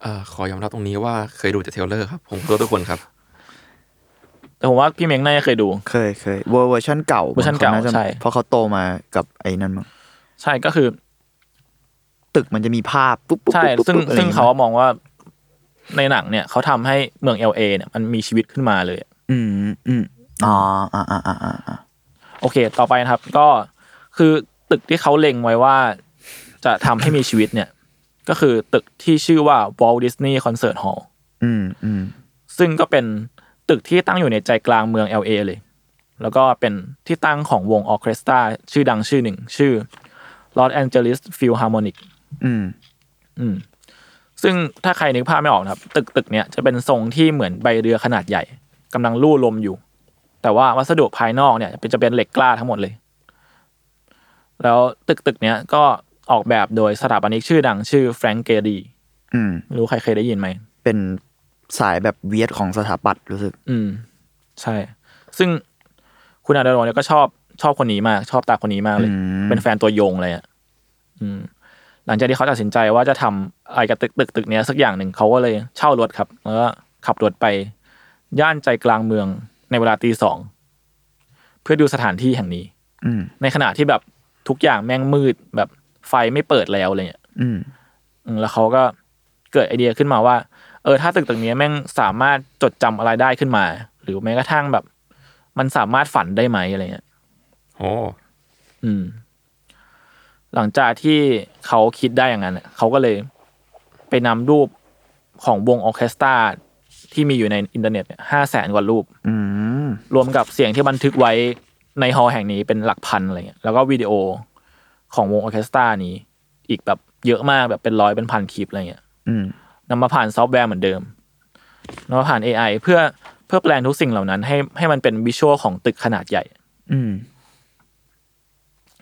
เอ่อขอยอมรับตรงนี้ว่าเคยดูแต่เทรลเลอร์ครับ ผมก็ทุกคนครับ
แต่ผมว่าพี่เม้งน่าจะเคยดู
เคยเคยเวอร์เวอร์ชันเก่า
เวอร์ชันเก่า
ขจะ
ใช่
เพราะเขาโตมากับไอ้นั่นมั้ง
ใช่ก็คือ
ตึกมันจะมีภาพปุ๊บปุ๊บ
ใช่
ปุ๊บปุ๊บ
ซึ่ง
อะไรอย่
ซึ่ง
ย
เขามองว่าในหนังเนี่ยเขาทำให้เมือง LA เนี่ยมันมีชีวิตขึ้นมาเลย
อืมอืมอ๋ออ่าอ่าอ่าอ่าอ่า
โอเค ต่อไปนะครับ ก็คือตึกที่เขาเล็งไว้ว่าจะทำให้มีชีวิตเนี่ย ก็คือตึกที่ชื่อว่า Walt Disney Concert Hall
อืมอืม
ซึ่งก็เป็นตึกที่ตั้งอยู่ในใจกลางเมือง LA เลย แล้วก็เป็นที่ตั้งของวงออร์เคสตราชื่อดังชื่อหนึ่ง ชื่อ Los Angeles Philharmonic
อืม
อืม ซึ่งถ้าใครนึกภาพไม่ออกนะครับ ตึกตึกเนี่ยจะเป็นทรงที่เหมือนใบเรือขนาดใหญ่กำลังลู่ลมอยู่ แต่ว่าวัสดุภายนอกเนี่ยเป็นจะเป็นเหล็กกล้าทั้งหมดเลย แล้วตึกตึกเนี้ยก็ออกแบบโดยสถาปนิกชื่อดังชื่อแฟรงก์เกดี
อืม
รู้ใครเคยได้ยินไหม
เป็นสายแบบเวียดของสถาปัตย์รู้สึก
อืม ใช่ ซึ่งคุณอาดารอนเนี่ยก็ชอบชอบคนนี้มาก ชอบตาคนนี้มากเลย
อืม
เป็นแฟนตัวยงเลยอ่ะอืม หลังจากที่เขาตัดสินใจว่าจะทำอะไรกับตึกตึกตึกเนี้ยสักอย่างหนึ่งเขาก็เลยเช่ารถครับ แล้วก็ขับรถไป ย่านใจกลางเมืองในเวลาตีสองเพื่อดูสถานที่แห่งนี้
อืม
ในขณะที่แบบทุกอย่างแม่งมืดแบบไฟไม่เปิดแล้วอะไรเงี้ย
อืม
อืมแล้วเขาก็เกิดไอเดียขึ้นมาว่า เออถ้าตึกตึกเนี้ยแม่งสามารถจดจำอะไรได้ขึ้นมา หรือแม้กระทั่งแบบ มันสามารถฝันได้ไหมอะไรเงี้ย
โอ้
อืม หลังจากที่เขาคิดได้อย่างนั้นน่ะเขาก็เลยไปนำรูปของวงออร์เคสตราที่มีอยู่ในอินเทอร์เน็ตห้าแสนกว่ารูป
อืม
รวมกับเสียงที่บันทึกไว้ในฮอลล์แห่งนี้เป็นหลักพันอะไรเงี้ยแล้วก็วิดีโอของวงออร์เคสตรานี้ อีกแบบเยอะมากแบบเป็นร้อยเป็นพันคลิปอะไรเงี้ย
อืม
นำมาผ่านซอฟต์แวร์เหมือนเดิมนำมาผ่าน AI เพื่อเพื่อแปลงทุกสิ่งเหล่านั้น ให้ให้มันเป็นวิชวลของตึกขนาดใหญ่
อืม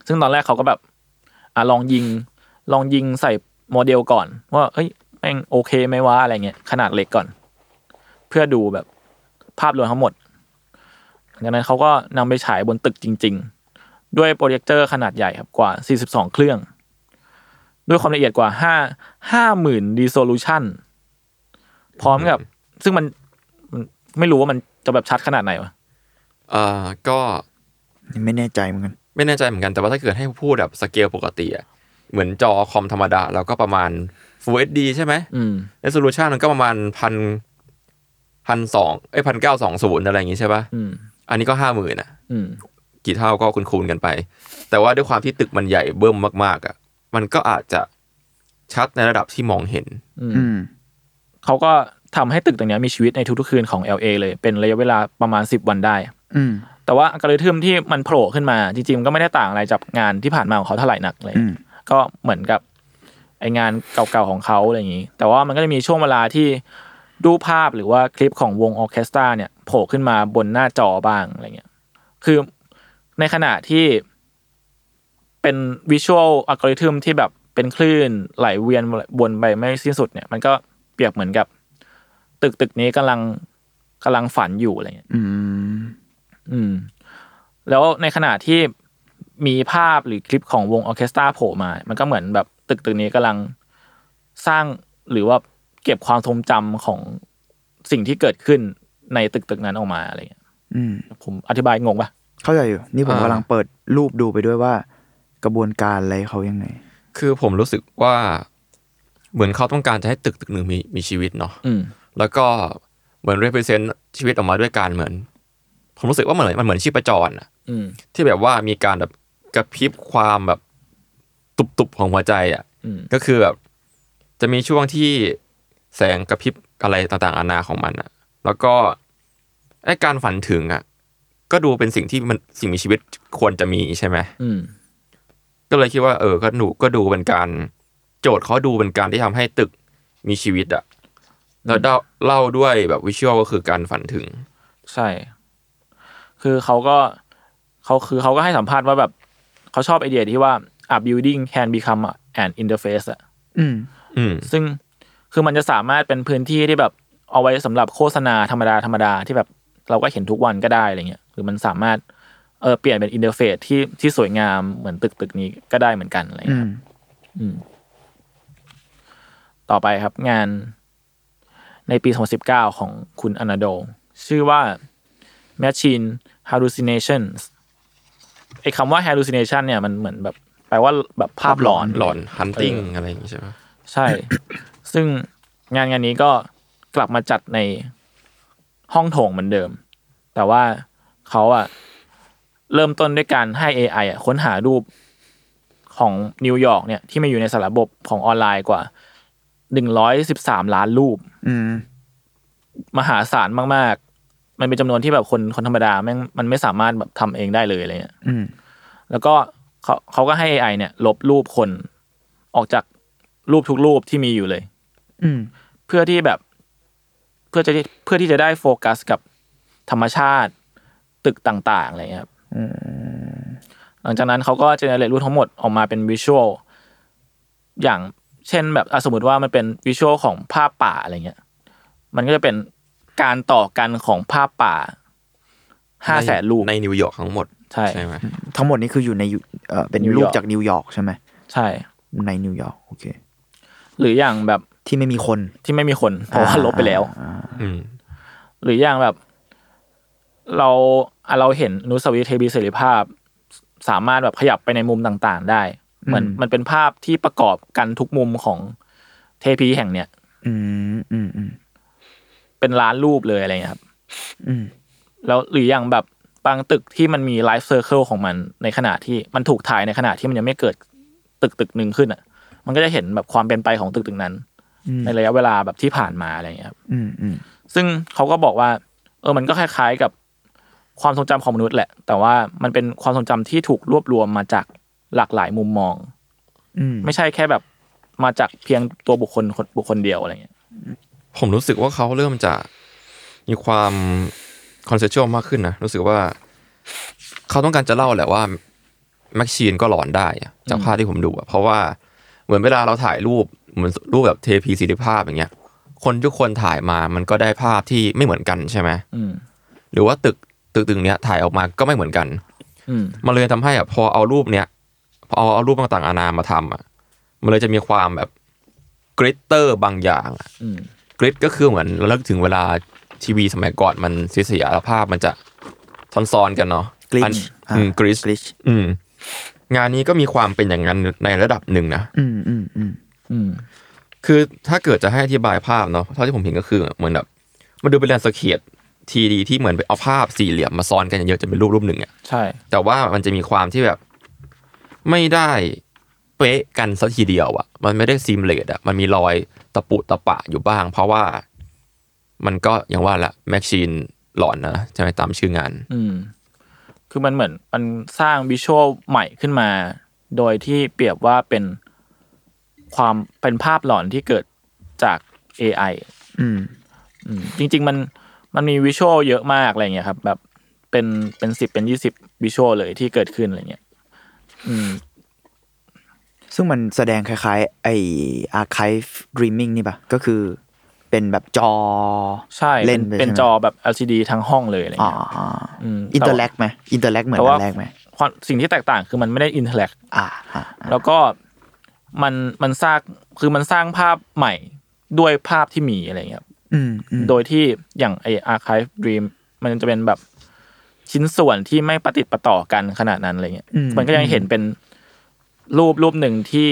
ซึ่งตอนแรกเขาก็แบบอ่ะลองยิง ลองยิงใส่โมเดลก่อน ว่าเอ้ยแม่งโอเคไหมวะอะไรเงี้ยขนาดเล็กก่อน เพื่อดูแบบภาพรวมทั้งหมดหลังจากนั้นเขาก็นำไปฉายบนตึกจริง ๆ ด้วยโปรเจคเตอร์ขนาดใหญ่ครับกว่า 42 เครื่อง ด้วยความละเอียดกว่า 5 50,000 resolution พร้อมกับ ซึ่งมันมันไม่รู้ว่ามันจะแบบชัดขนาดไหนวะ
เอ่อก็
ไม่แน่ใจเหมือนกัน
ไม่แน่ใจเหมือนกันแต่ว่าถ้าเกิดให้พูดแบบสเกลปกติอะเหมือนจอคอมธรรมดา แล้วก็ประมาณ Full HD ใช่ไหม
อืม
แล้วโซลูชันมันก็ประมาณพันพันสองเอ้ยพันเก้าสองศูนย์อะไรอย่างงี้ใช่ปะ
อืม
อันนี้ก็ห้าหมื่นอะ
อืม
กี่เท่าก็คูณๆกันไป แต่ว่าด้วยความที่ตึกมันใหญ่เบิ่มมากๆอะมันก็อาจจะชัดในระดับที่มองเห็น
อืม
เขาก็ทำให้ตึกตรงเนี้ยมีชีวิตในทุกๆคืนของ LA เลย เป็นระยะเวลาประมาณ 10 วันได้
อืม
แต่ว่าอัลกอริทึมที่มันโผล่ขึ้นมาจริงๆมันก็ไม่ได้ต่างอะไรจากงานที่ผ่านมาของเขาเท่าไหร่นักเลย
อืม
ก็เหมือนกับไองานเก่าๆของเขาอะไรอย่างนี้ แต่ว่ามันก็จะมีช่วงเวลาที่ดูปภาพหรือว่าคลิปของวงออร์เคสตราเนี่ยโผล่ขึ้นมาบนหน้าจอบ้างอะไรเงี้ย คือในขณะที่เป็นวิชวลอัลกอริทึมที่แบบเป็นคลื่นไหลเวียนวนไปไม่สิ้นสุดเนี่ย มันก็เปรียบเหมือนกับ ตึกตึกนี้กำลังกำลังฝันอยู่อะไรเงี้ย
อืม
อืม แล้วในขณะที่มีภาพหรือคลิปของวงออร์เคสตราโผล่มา มันก็เหมือนแบบตึกตึกนี้กำลังสร้างหรือว่าเก็บความทรงจำของสิ่งที่เกิดขึ้นในตึกตึกนั้นออกมาอะไรเงี้ย
อืม
ผมอธิบายงงปะ
เข้าใจอยู่ นี่ผม
อ่า
กำลังเปิดรูปดูไปด้วยว่า กระบวนการอะไรเขายังไง
คือผมรู้สึกว่าเหมือนเขาต้องการจะให้ตึกตึกหนึ่งมีมีชีวิตเนาะ
อืม
แล้วก็เหมือน represent ชีวิตออกมาด้วยการเหมือน ผมรู้สึกว่ามันเหมือนมันเหมือนชีพจรอะ
อืม
ที่แบบว่ามีการแบบกระพริบความแบบตุบๆของหัวใจอ่ะ
อืม
ก็คือแบบจะมีช่วงที่แสงกระพริบอะไรต่างๆนานาของมันอ่ะ แล้วก็ไอ้การฝันถึงอ่ะ ก็ดูเป็นสิ่งที่มันสิ่งมีชีวิตควรจะมีใช่ไหม
อืม
ก็เลยคิดว่าเออ ก็หนูก็ดูเป็นการโจทย์เขาดูเป็นการที่ทำให้ตึกมีชีวิตอะแล้วเล่าเล่าด้วยแบบวิชวลก็คือการฝันถึง
ใช่ คือเขาก็เขาคือเขาก็ให้สัมภาษณ์ว่าแบบเขาชอบไอเดียที่ว่า a building can become an interface อะ
อืม
อืม
ซึ่งคือมันจะสามารถเป็นพื้นที่ที่แบบเอาไว้สำหรับโฆษณาธรรมดาธรรมดาที่แบบเราก็เห็นทุกวันก็ได้อะไรเงี้ยหรือมันสามารถเออเปลี่ยนเป็นอินเทอร์เฟซที่ที่สวยงามเหมือนตึกตึกนี้ก็ได้เหมือนกันอะไร
อื
เงี้ย
ม
ต่อไปครับงานในปี 2019 ของคุณอนาโด ชื่อว่า machine hallucinations ไอ้คำว่า hallucination เนี่ยมันเหมือนแบบแปลว่าแบบภาพหลอน
หลอนฮันติ n งอะไรอย่างงี้ใช่ไหม
ใช่ ซึ่งงานงานนี้ก็กลับมาจัดในห้องโถงเหมือนเดิม แต่ว่าเขาอะเริ่มต้นด้วยการให้ AI อะค้นหารูปของนิวยอร์กเนี่ยที่มาอยู่ในสารบบของออนไลน์กว่า 113 ล้านรูป
อืม
มหาศาลมาก ๆ มันเป็นจำนวนที่แบบคนคนธรรมดาแม่งมันไม่สามารถแบบทำเองได้เลยอะไรเงี้ย
อืม
แล้วก็เขาเขาก็ให้ AI เนี่ย ลบรูปคนออกจากรูปทุกรูปที่มีอยู่เลย
อืม
เพื่อที่แบบเพื่อจะเพื่อที่จะได้โฟกัสกับธรรมชาติตึกต่างๆอะไรเงี้ยครับหลังจากนั้นเขาก็เจเนเรตรูปทั้งหมดออกมาเป็นวิชวลอย่างเช่นแบบอ่ะสมมติว่ามันเป็นวิชวลของภาพป่าอะไรเงี้ย มันก็จะเป็นการต่อกันของภาพป่าห้าแสนรูป
ในนิวยอร์กทั้งหมด
ใช่
ใช่ไหม
ทั้งหมดนี้คืออยู่ในยูเอ่อเป็น
นิวยอร์ก
รูปจากนิวยอร์กใช่ไหม
ใช่
ในนิวยอร์กโอเค
หรืออย่างแบบ
ที่ไม่มีคน
ที่ไม่มีคนเพราะว่าลบไปแล้ว
อืม
หรืออย่างแบบ เราอ่ะเราเห็นอนุสาวรีย์เทวีเสรีภาพ สามารถแบบขยับไปในมุมต่างๆ ได้ เหมือนมันเป็นภาพที่ประกอบกันทุกมุมของเทพีแห่งเนี้ย
อืมอืมอืม
เป็นล้านรูปเลยอะไรเงี้ยครับ
อืม
แล้วหรืออย่างแบบบางตึกที่มันมีไลฟ์เซอร์เคิลของมันในขณะที่มันถูกถ่ายในขณะที่มันยังไม่เกิดตึกตึกหนึ่งขึ้นอ่ะ มันก็จะเห็นแบบความเป็นไปของตึกตึกนั้น ในระยะเวลาแบบที่ผ่านมาอะไรเงี้ยครับ
อืมอืม
ซึ่งเขาก็บอกว่า เออ มันก็คล้ายๆกับความทรงจำของมนุษย์แหละ แต่ว่ามันเป็นความทรงจำที่ถูกรวบรวมมาจากหลากหลายมุมมอง
อืม
ไม่ใช่แค่แบบมาจากเพียงตัวบุคคลคนบุคคลเดียวอะไรเงี้ย
ผมรู้สึกว่าเขาเริ่มจะมีความคอนเซปชวลมากขึ้นนะรู้สึกว่า เขาต้องการจะเล่าแหละว่าแมชชีนก็หลอนได้อะจากภาพที่ผมดูอะเพราะว่าเหมือนเวลาเราถ่ายรูปเหมือนรูปแบบเทพีสิริภาพอย่างเงี้ย คนทุกคนถ่ายมามันก็ได้ภาพที่ไม่เหมือนกันใช่ไหม
อืม
หรือว่าตึกตึกตึกเนี้ยถ่ายออกมาก็ไม่เหมือนกัน
อืม
มันเลยทำให้อะพอเอารูปเนี้ยพอเอาเอารูปต่างๆอานามาทำอะมันเลยจะมีความแบบกริตเตอร์บางอย่างอะ
อืม
กริดก็คือเหมือนเราเลิกถึงเวลาทีวีสมัยก่อนมันเสียๆแล้วภาพมันจะซ้อนๆกันเนาะ
กลิ
อัน
ช
อืมกริด
กลิช
อืม งานนี้ก็มีความเป็นอย่างนั้นในระดับหนึ่งนะ
อืมอืมอืม
อืม
คือถ้าเกิดจะให้อธิบายภาพเนาะเท่าที่ผมเห็นก็คือเหมือนแบบมันดูเป็นแลนด์สเคปทีดีที่เหมือนเอาภาพสี่เหลี่ยมมาซ้อนกันเยอะๆจนเป็นรูปรูปหนึ่งอะ
ใช่
แต่ว่ามันจะมีความที่แบบไม่ได้เป๊ะกันสักทีเดียวอะมันไม่ได้ซีมเลดอะมันมีรอยตะปุตะปะอยู่บ้าง เพราะว่า มันก็อย่างว่าละแมชชีนหลอนนะใช่ไหมตามชื่องาน
อืม คือมันเหมือนมันสร้างวิชวลใหม่ขึ้นมา โดยที่เปรียบว่าเป็นความเป็นภาพหลอนที่เกิดจาก AI
อืม
อืมจริงๆมันมันมีวิชวลเยอะมากอะไรเงี้ยครับ แบบเป็นเป็นสิบเป็นยี่สิบวิชวลเลยที่เกิดขึ้นอะไรเงี้ยอืม
ซึ่งมันแสดงคล้ายๆ ไอ archive dreaming นี่ปะก็คือ ไอ เป็นแบบจอ
ใช่
เล่
เป็น น
ด้วย
เป็น
ใช่ไหม
จอแบบ LCD ทั้งห้องเลยอะไร
อ๋อ
เงี้ยม
อินเตอร์
แว่า
แลกไหมอินเตอร์แลกเหมือน
แต่
อั
ว่า
นแรกไหม
ความสิ่งที่แตกต่างคือมันไม่ได้อินเทอร์แลก
อ่าอ่าอ่า
แล้วก็มันมันสร้างคือมันสร้างภาพใหม่ด้วยภาพที่มีอะไรเงี้ย
อืมอืม
โดยที่อย่างไออาร์ค v e ฟดรีมมันจะเป็นแบบชิ้นส่วนที่ไม่ประติดประต่อกันขนาดนั้นอะไรเงี้ย มันก็ยังเห็นเป็นรูปรูปหนึ่งที่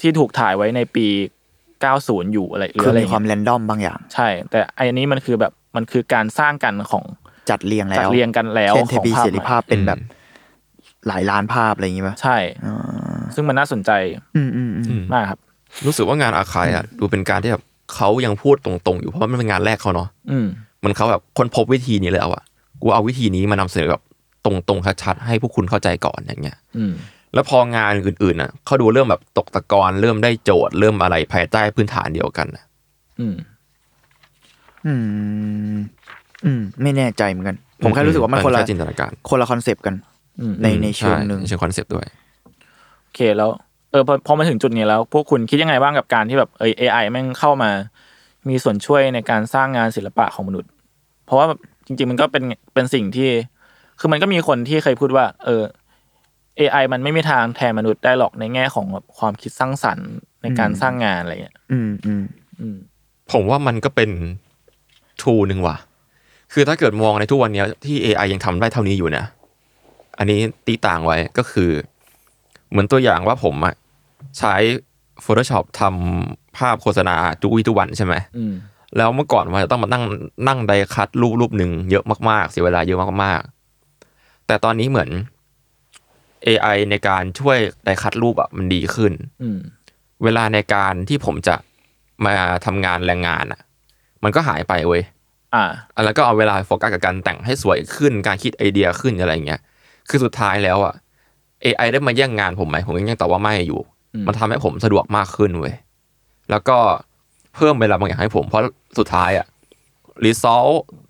ที่ถูกถ่ายไว้ในปี 90 อยู่อะไรหรือ
คือ
อะไร
มีความ
เงี้ย
แรนดอมบางอย่าง
ใช่ แต่ไอันนี้มันคือแบบมันคือการสร้างกันของ
จัดเรียงแล้ว
จัดเรียงกันแล้ว
เช่นเท
ของ
ปี
ภา
เส
พ
รี
ใหม่
ภาพเป็น
อืม
แบบหลายล้านภาพอะไรอย่างงี้ป่ะ
ใช่ ซึ่งมันน่าสนใจ
อืมอืมอืม
มากครับ
รู้สึกว่างานอาคายอ่ะดูเป็นการที่แบบเขายังพูดตรงๆ อยู่เพราะมันเป็นงานแรกเขาเนาะ
อืม
มันเขาแบบค้นพบวิธีนี้แล้วอ่ะกูเอาวิธีนี้มานำเสนอแบบตรงๆชัดๆให้พวกคุณเข้าใจก่อนอย่างเงี้ย
อืม
แล้วพองานอื่นๆน่ะเขาดูเริ่มแบบตกตะกอนเริ่มได้โจทย์เริ่มอะไรภายใต้พื้นฐานเดียวกันน่ะ
อืม
อืมอืมไม่แน่ใจเหมือนกัน ผมแค่รู้สึกว่ามันคนละ
แจินตนาการ
คนละคอนเซปต์กัน
อืม
ในในเชิงหนึ่ง
ใเชิงคอนเซปต์ด้วย
โอเคแล้วเออพอพอมาถึงจุดนี้แล้ว พวกคุณคิดยังไงบ้างกับการที่แบบเออ AI แม่งเข้ามา มีส่วนช่วยในการสร้างงานศิลปะของมนุษย์ เพราะว่าแบบจริง ๆ มันก็เป็นเป็นสิ่งที่ คือมันก็มีคนที่เคยพูดว่า เออ AI มันไม่มีทางแทนมนุษย์ได้หรอกในแง่ของแบบความคิดสร้างสรรค์ในการสร้างงานอะไรเงี้ย
อืมอืม
อืม
ผมว่ามันก็เป็นทูหนึ่งว่ะ คือถ้าเกิดมองในทุกวันเนี้ยที่ AI ยังทำได้เท่านี้อยู่นะ อันนี้ตีต่างไว้ก็คือ เหมือนตัวอย่างว่าผมอะใช้ Photoshop ทำภาพโฆษณาทุกวี่ทุกวันใช่ไหม
อืม
แล้วเมื่อก่อนมันจะต้องมานั่งนั่งไดคัดรูปรูปหนึ่งเยอะมากๆ เสียเวลาเยอะมากๆ แต่ตอนนี้เหมือน AI ในการช่วยไดคัดรูปอะมันดีขึ้น
อืม
เวลาในการที่ผมจะมาทำงานแรงงานอะมันก็หายไปเว้ย
อ่า
แล้วก็เอาเวลาโฟกัสกับการแต่งให้สวยขึ้น การคิดไอเดียขึ้นอะไรอย่างเงี้ย คือสุดท้ายแล้วอะ AI ได้มาแย่งงานผมไหมผมก็ยังตอบว่าไม่อยู่
อืม
มันทำให้ผมสะดวกมากขึ้นเว้ย แล้วก็เพิ่มเวลาบางอย่างให้ผม เพราะสุดท้ายอะรีซอล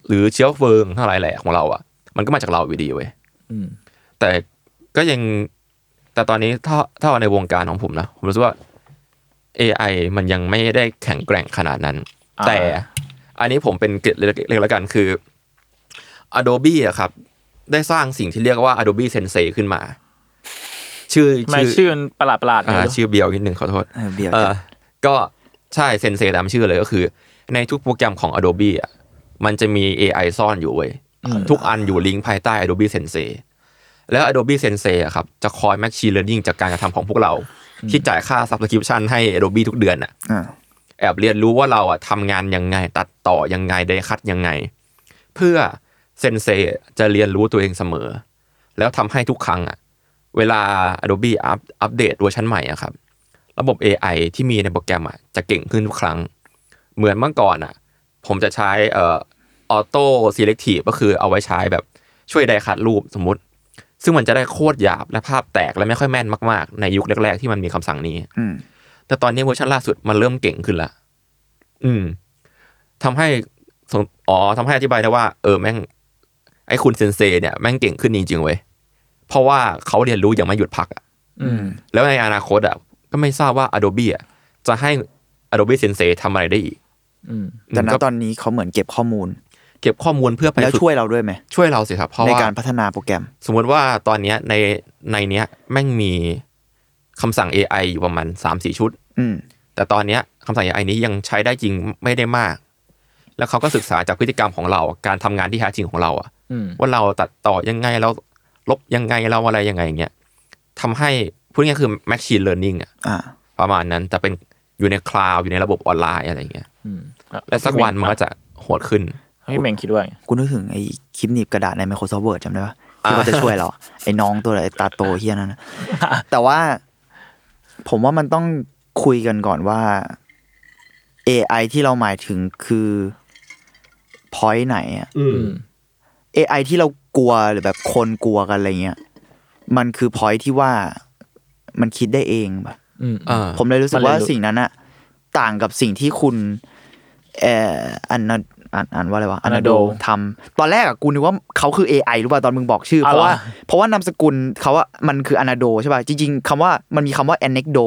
หรือเชื้อเพลิงทั้งหลายแหละของเราอะมันก็มาจากเราอยู่ดีเว้ย
อืม
แต่ก็ยังแต่ตอนนี้ถ้าถ้าเอาในวงการของผมนะ ผมรู้สึกว่า AI มันยังไม่ได้แข็งแกร่งขนาดนั้น
อ่า
แต่อันนี้ผมเป็นเกร็ดเล็กๆแล้วกันคือ Adobe อะครับ ได้สร้างสิ่งที่เรียกว่า Adobe Sensei ขึ้นมา ชื่อ
ทำไมชื่อมันประหลาดประหลาดๆ
อ่า
ไม่รู้
ชื่อเบียวนิดนึงขอโทษ
เออเบียร์
เอ
จั
อ
ด
ก็ใช่เซนเซตามชื่อเลยก็คือ ในทุกโปรแกรมของ Adobe อ่ะมันจะมี AI ซ่อนอยู่เว้ยทุกอันอยู่ลิงก์ภายใต้ Adobe Sensei แล้ว Adobe Sensei อะครับจะคอย Machine Learning จากการกระทำของพวกเรา ที่จ่ายค่า Subscription ให้ Adobe ทุกเดือนอ่ะ
อ่า
แอบเรียนรู้ว่าเราอ่ะทำงานยังไง ตัดต่อยังไงไดคัดยังไง เพื่อเซนเซจะเรียนรู้ตัวเองเสมอ แล้วทำให้ทุกครั้งอ่ะเวลา Adobe อัปอัปเดตเวอร์ชันใหม่อ่ะครับ ระบบ AI ที่มีในโปรแกรมอ่ะจะเก่งขึ้นทุกครั้ง เหมือนเมื่อก่อนอ่ะ ผมจะใช้เอ่อออโต้ซีเล t ทีฟก็คือเอาไว้ใช้แบบช่วยไดคัดรูปสมมติ ซึ่งมันจะได้โคตรหยาบและภาพแตกและไม่ค่อยแม่นมากๆ ในยุคแรก ๆ ที่มันมีคำสั่งนี้
อืม
แต่ตอนนี้เวอร์ชันล่าสุดมันเริ่มเก่งขึ้นละ อืม ทำให้สงอ๋อทำให้อธิบายได้ว่า เออแม่ง ไอ้คุณเซนเซเนี่ย แม่งเก่งขึ้นจริงๆเว้ย เพราะว่าเขาเรียนรู้อย่างไม่หยุดพักอะ
อืม
แล้วในอนาคตอะก็ไม่ทราบว่า Adobe อะจะให้ Adobe Sensei ทำอะไรได้อีก
อืม
แต่ณ
ก็
ตอนนี้เขาเหมือนเก็บข้อมูล
เก็บข้อมูลเพื่อไป
แล้ว
ฝึก
ช่วยเราด้วยไหม
ช่วยเราสิครับ เพราะ
ใน
ว่า
การพัฒนาโปรแกรม
สมมติว่าตอนเนี้ยในในเนี้ยแม่งมีคำสั่ง AI อยู่ประมาณสามสี่ชุด
อืม
แต่ตอนเนี้ยคำสั่ง AI นี้ยังใช้ได้จริงไม่ได้มาก แล้วเขาก็ศึกษาจากพฤติกรรมของเรา การทำงานที่แท้จริงของเราอะ
อืม
ว่าเราตัดต่อยังไงเราลบยังไงเราอะไรยังไงอย่างเงี้ยทำให้พูดง่ายๆคือ machine learning อะ
อ่า
ประมาณนั้น แต่เป็นอยู่ในคลาวด์อยู่ในระบบออนไลน์อะไรอย่างเงี้ย
อืม
และสักวันมันก็จะโหดขึ้น
พี่เมงคิดว่าไง
กูนึกถึงไอ้คลิปหนีบกระดาษใน Microsoft Word จำได้ปะที่เขาจะช่วยเรา ไอ้น้องตัวไหนไอ้ตาโตเฮียนั่นนะแต่ว่าผมว่ามันต้องคุยกันก่อนว่า AI ที่เราหมายถึงคือ point ไหนอะ
อืม
AI ที่เรากลัวหรือแบบคนกลัวกันอะไรเงี้ย มันคือ point ที่ว่ามันคิดได้เองปะ
อืม
อ่า
ผมเลยรู้สึก
มันเลย
ว่า
รู้
สิ่งนั้นอะต่างกับสิ่งที่คุณเอ่ออันนั้นอ่านอ่านว่าอะไรวะอนาโดทำตอนแรกอะกูนึกว่าเขาคือ AI รู้ป่ะตอนมึงบอกชื่อ เพ
อ๋อ
ราะว่า
เหรอ
เพราะว่านามสกุลเขาว่ามันคืออนาโดใช่ป่ะจริง ๆคำว่ามันมีคำว่า anecdo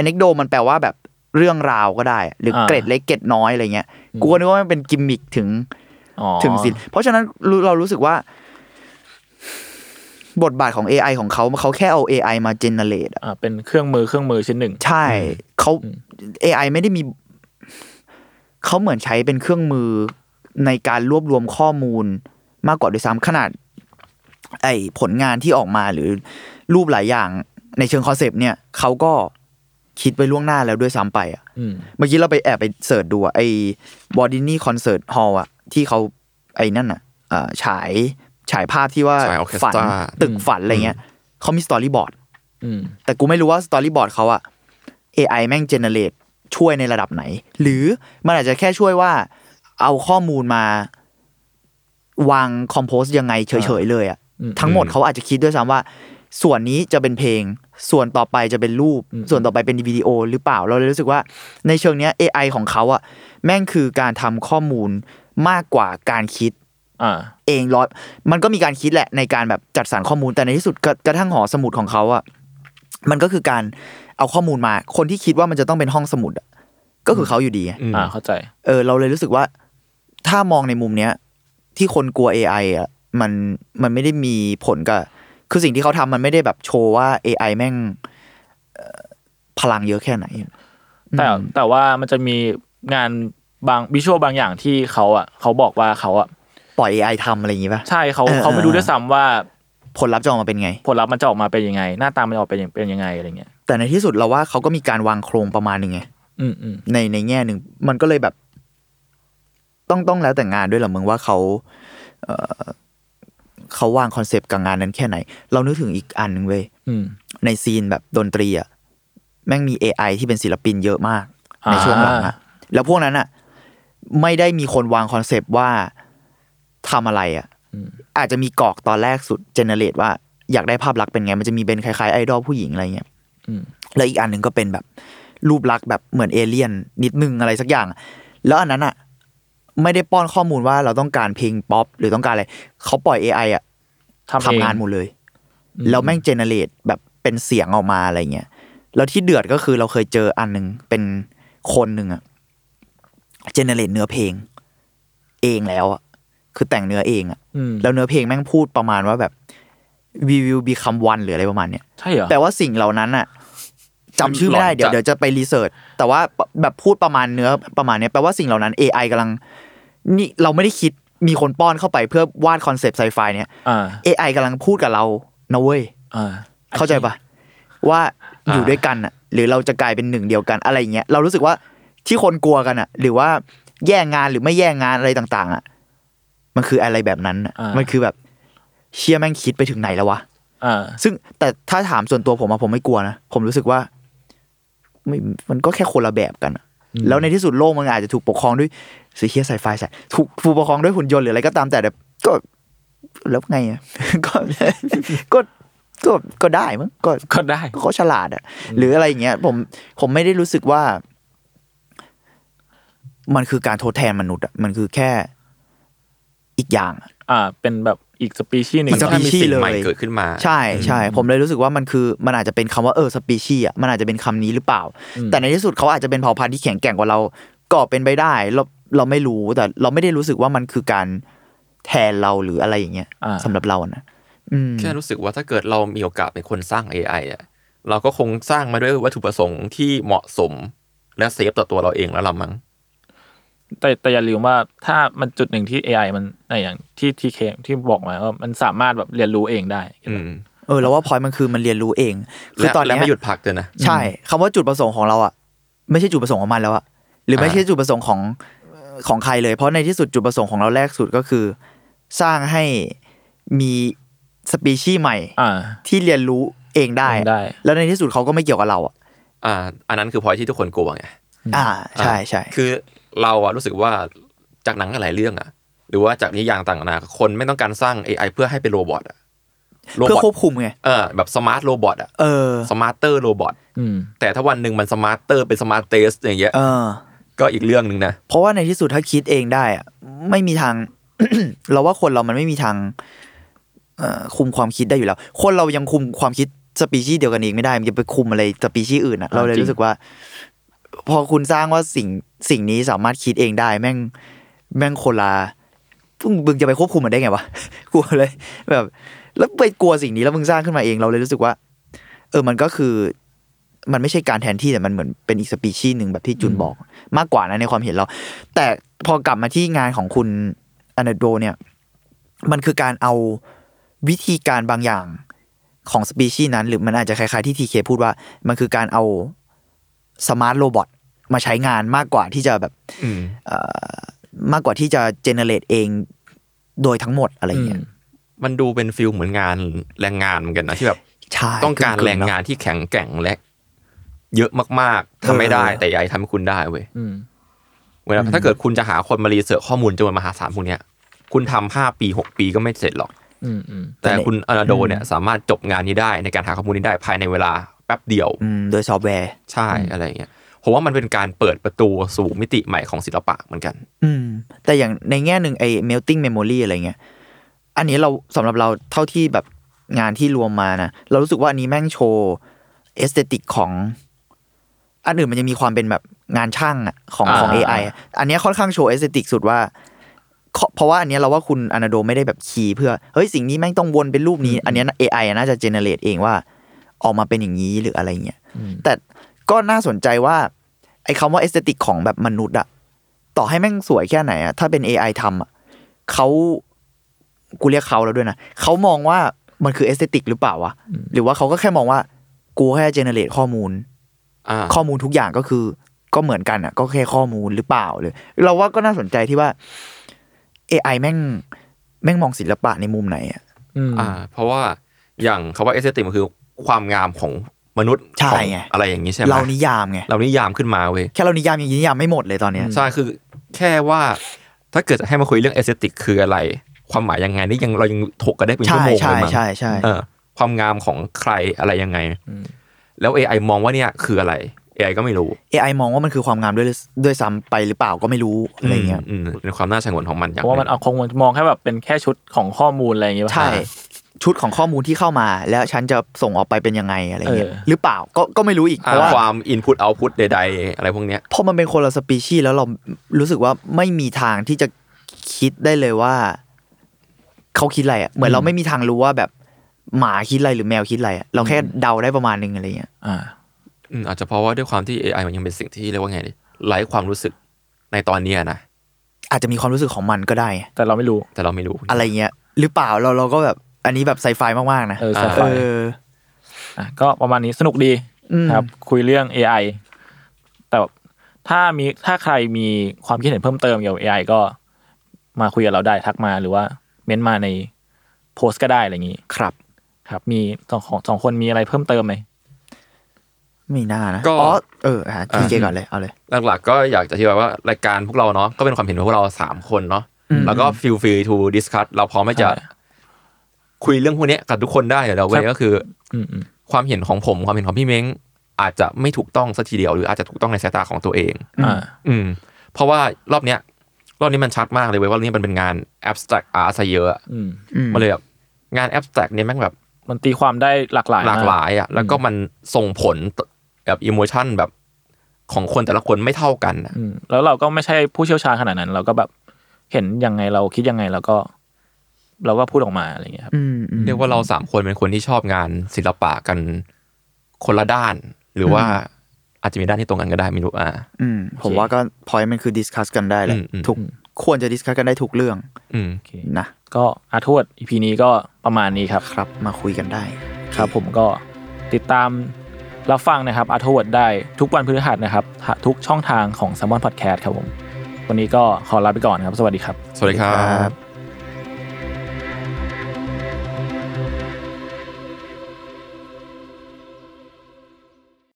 anecdo มันแปลว่าแบบ เรื่องราวก็ได้อะหรืออา เกร็ดเล็กเกร็ดน้อยอะไรเงี้ยกูก็นึกว่ามันเป็นกิมมิคถึง
อ๋อ
ถึงสินเพราะฉะนั้นรู้เรารู้สึกว่า บทบาทของ AI ของเขาเขาแค่เอา AI มาเจเนเรต
อ่าเป็นเครื่องมือเครื่องมือชิ้นหนึ่ง
ใช่เขา
อืม
AI ไม่ได้มี เขาเหมือนใช้เป็นเครื่องมือในการรวบรวมข้อมูลมากกว่าด้วยซ้ำขนาด ไอผลงานที่ออกมาหรือรูปหลายอย่างในเชิงคอนเซปต์เนี่ยเขาก็คิดไปล่วงหน้าแล้วด้วยซ้ำไปอะ
อืม
เมื่อกี้เราไปแอบไปเสิร์ชดูอะไอ้บอดินี่คอนเสิร์ตฮอลล์อะที่เขาไอ้นั่นอะเอ่อฉายฉายภาพที่ว่า
ฉายออร์เคส
ฝั
ตรา
ตึกฝันอะไรเงี้ยเขามีสตอรี่บอร์ด
อืม
แต่กูไม่รู้ว่าสตอรี่บอร์ดเขาอะ AI แม่งเจเนเรตช่วยในระดับไหน หรือมันอาจจะแค่ช่วยว่า เอาข้อมูลมาวางคอมโพสยังไงเฉยๆเลยอะ
อืม
ทั้งหมดเขาอาจจะคิดด้วยซ้ำว่า ส่วนนี้จะเป็นเพลง ส่วนต่อไปจะเป็นรูป
อืม
ส่วนต่อไปเป็นวิดีโอหรือเปล่าเราเลยรู้สึกว่า ในเชิงเนี้ย AI ของเขาอะแม่งคือการทำข้อมูลมากกว่าการคิด
อ่า
เองร้อยมันก็มีการคิดแหละในการแบบจัดสรรข้อมูลแต่ในที่สุดกระกระทั่งหอสมุดของเขาอะมันก็คือการเอาข้อมูลมา คนที่คิดว่ามันจะต้องเป็นห้องสมุดอะก็คือเขาอยู่ดีไง
อืม
อ่าเข้าใจ
เออเราเลยรู้สึกว่าถ้ามองในมุมเนี้ย ที่คนกลัว AI อ่ะมันมันไม่ได้มีผลกับคือสิ่งที่เขาทำมันไม่ได้แบบโชว์ว่า AI แม่งเอ่อพลังเยอะแค่ไหน
แต่แต่ว่ามันจะมีงานบางวิชวลบางอย่างที่เขาอ่ะเขาบอกว่าเขาอ่ะ
ปล่อย AI ทำอะไรอย่างงี้ป่ะ
ใช่เขา
เออ
เขาไม่รู้ด้วยซ้ำว่า
ผลลัพธ์จะออกมาเป็นไง
ผลลัพธ์มันจะออกมาเป็นยังไง หน้าตามันจะออกเป็นยังเป็นยังไงอะไรเงี้ย
แต่ในที่สุดเราว่าเขาก็มีการวางโครงประมาณหนึ่งไง
อืมอืม
ในในแง่หนึ่งมันก็เลยแบบ ต้องต้องแล้วแต่งานด้วยเหรอมึงว่าเขาเอ่อเขาวางคอนเซปต์กับงานนั้นแค่ไหน เรานึกถึงอีกอันหนึ่งเว้ย
อืม
ในซีนแบบดนตรีอ่ะแม่งมี AI ที่เป็นศิลปินเยอะมาก
อ่า
ในช่วงหลังอ่ะแล้วพวกนั้นอ่ะ ไม่ได้มีคนวางคอนเซปต์ว่าทำอะไรอ่ะ อาจจะมีกรอกตอนแรกสุดเจเนเรตว่าอยากได้ภาพลักษณ์เป็นไง มันจะมีเป็นคล้ายๆไอดอลผู้หญิงอะไรเงี้ย
อืม
แล้วอีกอันหนึ่งก็เป็นแบบ รูปลักษณ์แบบเหมือนเอเลี่ยนนิดนึงอะไรสักอย่าง แล้วอันนั้นอ่ะ ไม่ได้ป้อนข้อมูลว่าเราต้องการเพลงป๊อปหรือต้องการอะไรเขาปล่อย AI อ่ะ
ทำเอง
ทำงานหมดเลย แล้วแม่งเจเนเรตแบบเป็นเสียงออกมาอะไรเงี้ย แล้วที่เดือดก็คือเราเคยเจออันหนึ่งเป็นคนหนึ่งอะเจเนเรตเนื้อเพลง เองแล้วอะคือแต่งเนื้อเองอะ
อืม
แล้วเนื้อเพลงแม่งพูดประมาณว่าแบบ we will become one หรืออะไรประมาณเนี้ย
ใช่เหรอ
แต่ว่าสิ่งเหล่านั้นอะจำชื่อไม่ได้
หลอนจัด
เดี๋ยวเดี๋ยวจะไปรีเสิร์ชแต่ว่าแบบพูดประมาณเนื้อประมาณเนี้ยแปลว่าสิ่งเหล่านั้น AI กำลัง นี่เราไม่ได้คิดมีคนป้อนเข้าไปเพื่อวาดคอนเซปต์ไซไฟเนี่ย
อ่า
AI กำลังพูดกับเรานะเว้ย
อ่า
เข้าใจปะว่า
อ่า
อยู่ด้วยกันอ่ะ หรือเราจะกลายเป็นหนึ่งเดียวกันอะไรอย่างเงี้ยเรารู้สึกว่าที่คนกลัวกันอ่ะ หรือว่าแย่งงานหรือไม่แย่งงานอะไรต่างๆ อ่ะ มันคืออะไรแบบนั้นอะ
อ่ามั
มันคือแบบเชี่ยแม่งคิดไปถึงไหนแล้ววะ
อ่า
ซึ่งแต่ถ้าถามส่วนตัวผมอะผมไม่กลัวนะผมรู้สึกว่าไม่มันก็แค่คนละแบบกันอะแล้วในที่สุดโลกมันอาจจะถูกปกครองด้วยสีเคียใส่ไฟใส่ถูกถูกปกครองด้วยหุ่นยนต์หรืออะไรก็ตามแต่แบบก็ แล้วไงอะ ก็ก็ก็ก็ได้มั้งก็
ก็ได้
ก็เขาฉลาดอะหรืออะไรอย่างเงี้ยผมผมไม่ได้รู้สึกว่า มันคือการทดแทนมนุษย์อะมันคือแค่อีกอย่างอะ
อ่า เป็นแบบอีกสปีชีส์หนึ่ง
มันก็
สปี
ให้
ชี
มี
ส์
สิ่งใหม่เกิดขึ้นมา
ใช่ใช่ผมเลยรู้สึกว่ามันคือมันอาจจะเป็นคำว่าเออสปีชีอะมันอาจจะเป็นคำนี้หรือเปล่า แต่ในที่สุดเขาอาจจะเป็นเผ่าพันธุ์ที่แข็งแกร่งกว่าเราก็เป็นไปได้ เราเราไม่รู้แต่เราไม่ได้รู้สึกว่ามันคือการแทนเราหรืออะไรอย่างเงี้ย
อ่า
สำหรับเรานะอืม
แค่รู้สึกว่าถ้าเกิดเรามีโอกาสเป็นคนสร้าง AI อ่ะเราก็คงสร้างมาด้วยวัตถุประสงค์ที่เหมาะสม และเซฟต่อตัวเราเองแล้วละมั้ง
แต่แต่อย่าลืมว่าถ้ามันจุดหนึ่งที่ AI มันในอย่างที่ทีเคที่บอกมาว่ามันสามารถแบบเรียนรู้เองได้
อืม
เออเราว่าพอยมันคือมันเรียนรู้เอง คือ
และ
ตอนเนี้
และ
ย
ไม่หยุดพักเลยนะ
ใช่คำว่าจุดประสงค์ของเราอ่ะ ไม่ใช่จุดประสงค์ของมันแล้วอ่ะหรือไม่
อ่า
ใช่จุดประสงค์ของของใครเลย เพราะในที่สุดจุดประสงค์ของเราแรกสุดก็คือ สร้างให้มีสปีชีส์ใหม่
อ่า
ที่เรียนรู้เองได้
เองได้
แล้วในที่สุดเขาก็ไม่เกี่ยวกับเราอ่ะ
อ่า อันนั้นคือพอยที่ทุกคนกลัวไง
อ่าใช่ใช่
คือเราอะรู้สึกว่าจากหนังหลายเรื่องอะหรือว่าจากนิยายต่างๆนาคนไม่ต้องการสร้าง AI เพื่อให้เป็นโรบอทอะโร
เพื่อบ
อท
ควบคุมไง
เออแบบสมาร์ทโรบอทอะ
เออ
สมาร์เตอร์โรบอท
อืม
แต่ถ้าวันหนึ่งมันสมาร์เตอร์เป็นสมาร์เตสอย่างเงี้ย
เออ
ก็อีกเรื่องหนึ่งนะ
เพราะว่าในที่สุดถ้าคิดเองได้อะไม่มีทาง เราว่าคนเรามันไม่มีทางเอ่อคุมความคิดได้อยู่แล้ว คนเรายังคุมความคิดสปีชีส์เดียวกันเองไม่ได้ มันจะไปคุมอะไรสปีชีส์อื่นอะ
อ่า
เราเลย
จริง
รู้สึกว่า พอคุณสร้างว่าสิ่งสิ่งนี้สามารถคิดเองได้แม่งแม่งคนละมึงมึงจะไปควบคุมมันได้ไงวะ กลัวเลย แบบ แล้วไปกลัวสิ่งนี้แล้วมึงสร้างขึ้นมาเองเราเลยรู้สึกว่า เออมันก็คือ มันไม่ใช่การแทนที่แต่มันเหมือนเป็นอีกสปีชีส์หนึ่งแบบที่จุนบอก มากกว่านะในความเห็นเรา แต่พอกลับมาที่งานของคุณอนาโดเนี่ย มันคือการเอาวิธีการบางอย่างของสปีชีส์นั้น หรือมันอาจจะคล้ายๆที่ทีเคพูดว่า มันคือการเอาสมาร์ทโรบอทมาใช้งานมากกว่าที่จะแบบ
อืม
เอ่อมากกว่าที่จะเจเนเรตเองโดยทั้งหมดอะไรเงี้ย
มันดูเป็นฟิลเหมือนงานแรงงานเหมือนกันนะที่แบบ
ใช่
ต้องการแรงงานที่แข็งแกร่งและ เยอะมากๆทำไม่ได้แต่อยายทำให้คุณได้เว้ย
อืม
เวลาถ้าเกิดคุณจะหาคนมารีเสิร์ชข้อมูลจำนวนมหาศาลพวกเนี้ย คุณทำห้าปีหกปีก็ไม่เสร็จหรอก
อืมอืม
แต่คุณอนาโดเนี่ยสามารถจบงานนี้ได้ในการหาข้อมูลนี้ได้ภายในเวลาแป๊บเดียว
อืมโดยซอฟต์แวร์
ใช่อะไรเงี้ยผมว่ามันเป็นการเปิดประตูสู่มิติใหม่ของศิลปะเหมือนกัน
อืม แต่อย่างในแง่หนึ่งไอ้ melting memory อะไรเงี้ย อันนี้เราสำหรับเราเท่าที่แบบงานที่รวมมานะเรารู้สึกว่าอันนี้แม่งโชว์ เอสเตติกของ อันอื่นมันยังมีความเป็นแบบงานช่างอะของ
อ่า
ของ AI อะอันเนี้ยค่อนข้างโชว์เอสเตติกสุดว่าเพราะเพราะว่าอันเนี้ยเราว่าคุณอนาโดไม่ได้แบบคีย์เพื่อ เฮ้ยสิ่งนี้แม่งต้องวนเป็นรูปนี้ อันเนี้ย AI อะน่าจะเจเนเรตเองว่า ออกมาเป็นอย่างนี้หรืออะไรเงี้ย แต่ก็น่าสนใจว่า ไอ้คำว่าเอสเตติกของแบบมนุษย์อะต่อให้แม่งสวยแค่ไหนอะถ้าเป็น AI ทำอะเขากูเรียกเขาแล้วด้วยนะเขามองว่ามันคือเอสเตติกหรือเปล่าวะหรือว่าเขาก็แค่มองว่ากูแค่เจเนเรตข้อมูล
อ่า
ข้อมูลทุกอย่างก็คือ ก็เหมือนกันอะก็แค่ข้อมูลหรือเปล่าเลย เราว่าก็น่าสนใจที่ว่า AI แม่งแม่งมองศิลปะในมุมไหนอะ
อืม
อ่า เพราะว่าอย่างคาว่าเอสเตติกมันคือความงามของมนุษย์
ใช่
ของ
ไง
อะไรอย่างนี้ใช่ไหม
เรานิยามไง
เรานิยามขึ้นมาเว้ย
แค่เรานิยามยังนิยามไม่หมดเลยตอนเนี้ย
ใช่คือแค่ว่าถ้าเกิดจะให้มาคุยเรื่องเอสเตติกคืออะไร ความหมายยังไงนี่ยังเรายังถกกันได้เป็นชั่วโมง
ใช่
เลยมั้ง
ใช่ใช่ใช่
เออความงามของใครอะไรยังไง แล้ว AI มองว่าเนี่ยคืออะไร AI ก็ไม่รู้
AI มองว่ามันคือความงามด้วยด้วยซ้ำไปหรือเปล่าก็ไม่รู้อะไรเงี้ย
มมเป็นความน่าชงนของมันอ
เพ
ย่าง
ราะว่ามันเอาคงมองแค่แบบเป็นแค่ชุดของข้อมูลอะไรอย่างเงี้ย
ใช่ ชุดของข้อมูลที่เข้ามา แล้วฉันจะส่งออกไปเป็นยังไงอะไรเงี้ย
เออ
หรือเปล่าก็ก็ไม่รู้อีก
อ่า
เพราะว่า
ความ input output ใดๆ อะไรพวกเนี้ย
พอมันเป็นคนละสปีชีส์แล้วเรารู้สึกว่าไม่มีทางที่จะคิดได้เลยว่า เขาคิดอะไรอ่ะเหมือนเราไม่มีทางรู้ว่าแบบหมาคิดอะไรหรือแมวคิดอะไรอะเราแค่เดาได้ประมาณนึงอะไรเงี้ย
อ่า
อืมอาจจะเพราะว่าด้วยความที่ AI มันยังเป็นสิ่งที่เรียกว่าไงดิไร้ความรู้สึกในตอนเนี้ยนะ
อาจจะมีความรู้สึกของมันก็ได้ไง
แต่เราไม่รู้
แต่เราไม่รู้
อะไรเงี้ย หรือเปล่าเราเราก็แบบอันนี้แบบไซไฟมากๆนะ
เออไซไฟ
เออ
อ่ะก็ประมาณนี้สนุกดี
อืม
ครับ คุยเรื่อง AI แต่ถ้ามีถ้าใครมีความคิดเห็นเพิ่มเติมเกี่ยวกับ AI ก็มาคุยกับเราได้ทักมาหรือว่าเม้นต์มาในโพสต์ก็ได้อะไรอย่างนี้
ครับ
ครับ มีสองของสองคนมีอะไรเพิ่มเติมไหม
ไม่น่านะ
ก็
อ๋อเออฮะทีเจก่อนเลยเอาเลย
หลักๆก็อยากจะที่แบบว่ารายการพวกเราเนาะก็เป็นความเห็นของพวกเราสามคนเนาะแล้วก็ feel free to discuss เราพร้อมที่จะคุยเรื่องพวกเนี้ยกับทุกคนได้เดี๋ยวเราไว้ก็คือ
อืมอืม
ความเห็นของผมความเห็นของพี่เม้งอาจจะไม่ถูกต้องสักทีเดียวหรืออาจจะถูกต้องในสายตาของตัวเอง
อ่า
อืม เพราะว่ารอบเนี้ย รอบนี้มันชัดมากเลยเว้ยว่ารอบนี้มันเป็นงาน abstract art ซะเยอะอะ
อืม
มันเลยแบบงาน abstract เนี่ยแม่งแบบ
มันตีความได้หลากหลาย
หลากหลาย
ม
อ่ะแล้วก็มันส่งผลต่อแบบอิโมชันแบบของคนแต่ละคนไม่เท่ากันอะ
อืมแล้วเราก็ไม่ใช่ผู้เชี่ยวชาญขนาดนั้น เราก็แบบเห็นยังไงเราคิดยังไงเราก็ เราก็พูดออกมาอะไรอย่างเงี้ยครับ
อืมอืม
เรียกว่าเราสามคนเป็นคนที่ชอบงานศิลปะกันคนละด้าน หรือว่าอาจจะมีด้านที่ตรงกันก็ได้ไม่รู้อ่ะ
อืมผมว่าก็พอยมันคือดิสคัสกันได้แหละ
อืมอืม
ทุกควรจะดิสคัสกันได้ทุกเรื่อง
อืม
นะ
ก็อาทวดอีพีนี้ก็ประมาณนี้ครับ
ครับมาคุยกันได้
ครับผมก็ติดตามรับฟังนะครับอาทวดได้ทุกวันพฤหัสนะครับ ทุกช่องทางของ s ซ m มอนพอดแคสต์ครับผม วันนี้ก็ขอลาไปก่อนครับ สวัสดีครับ
สวัสดีครั
ครับ บ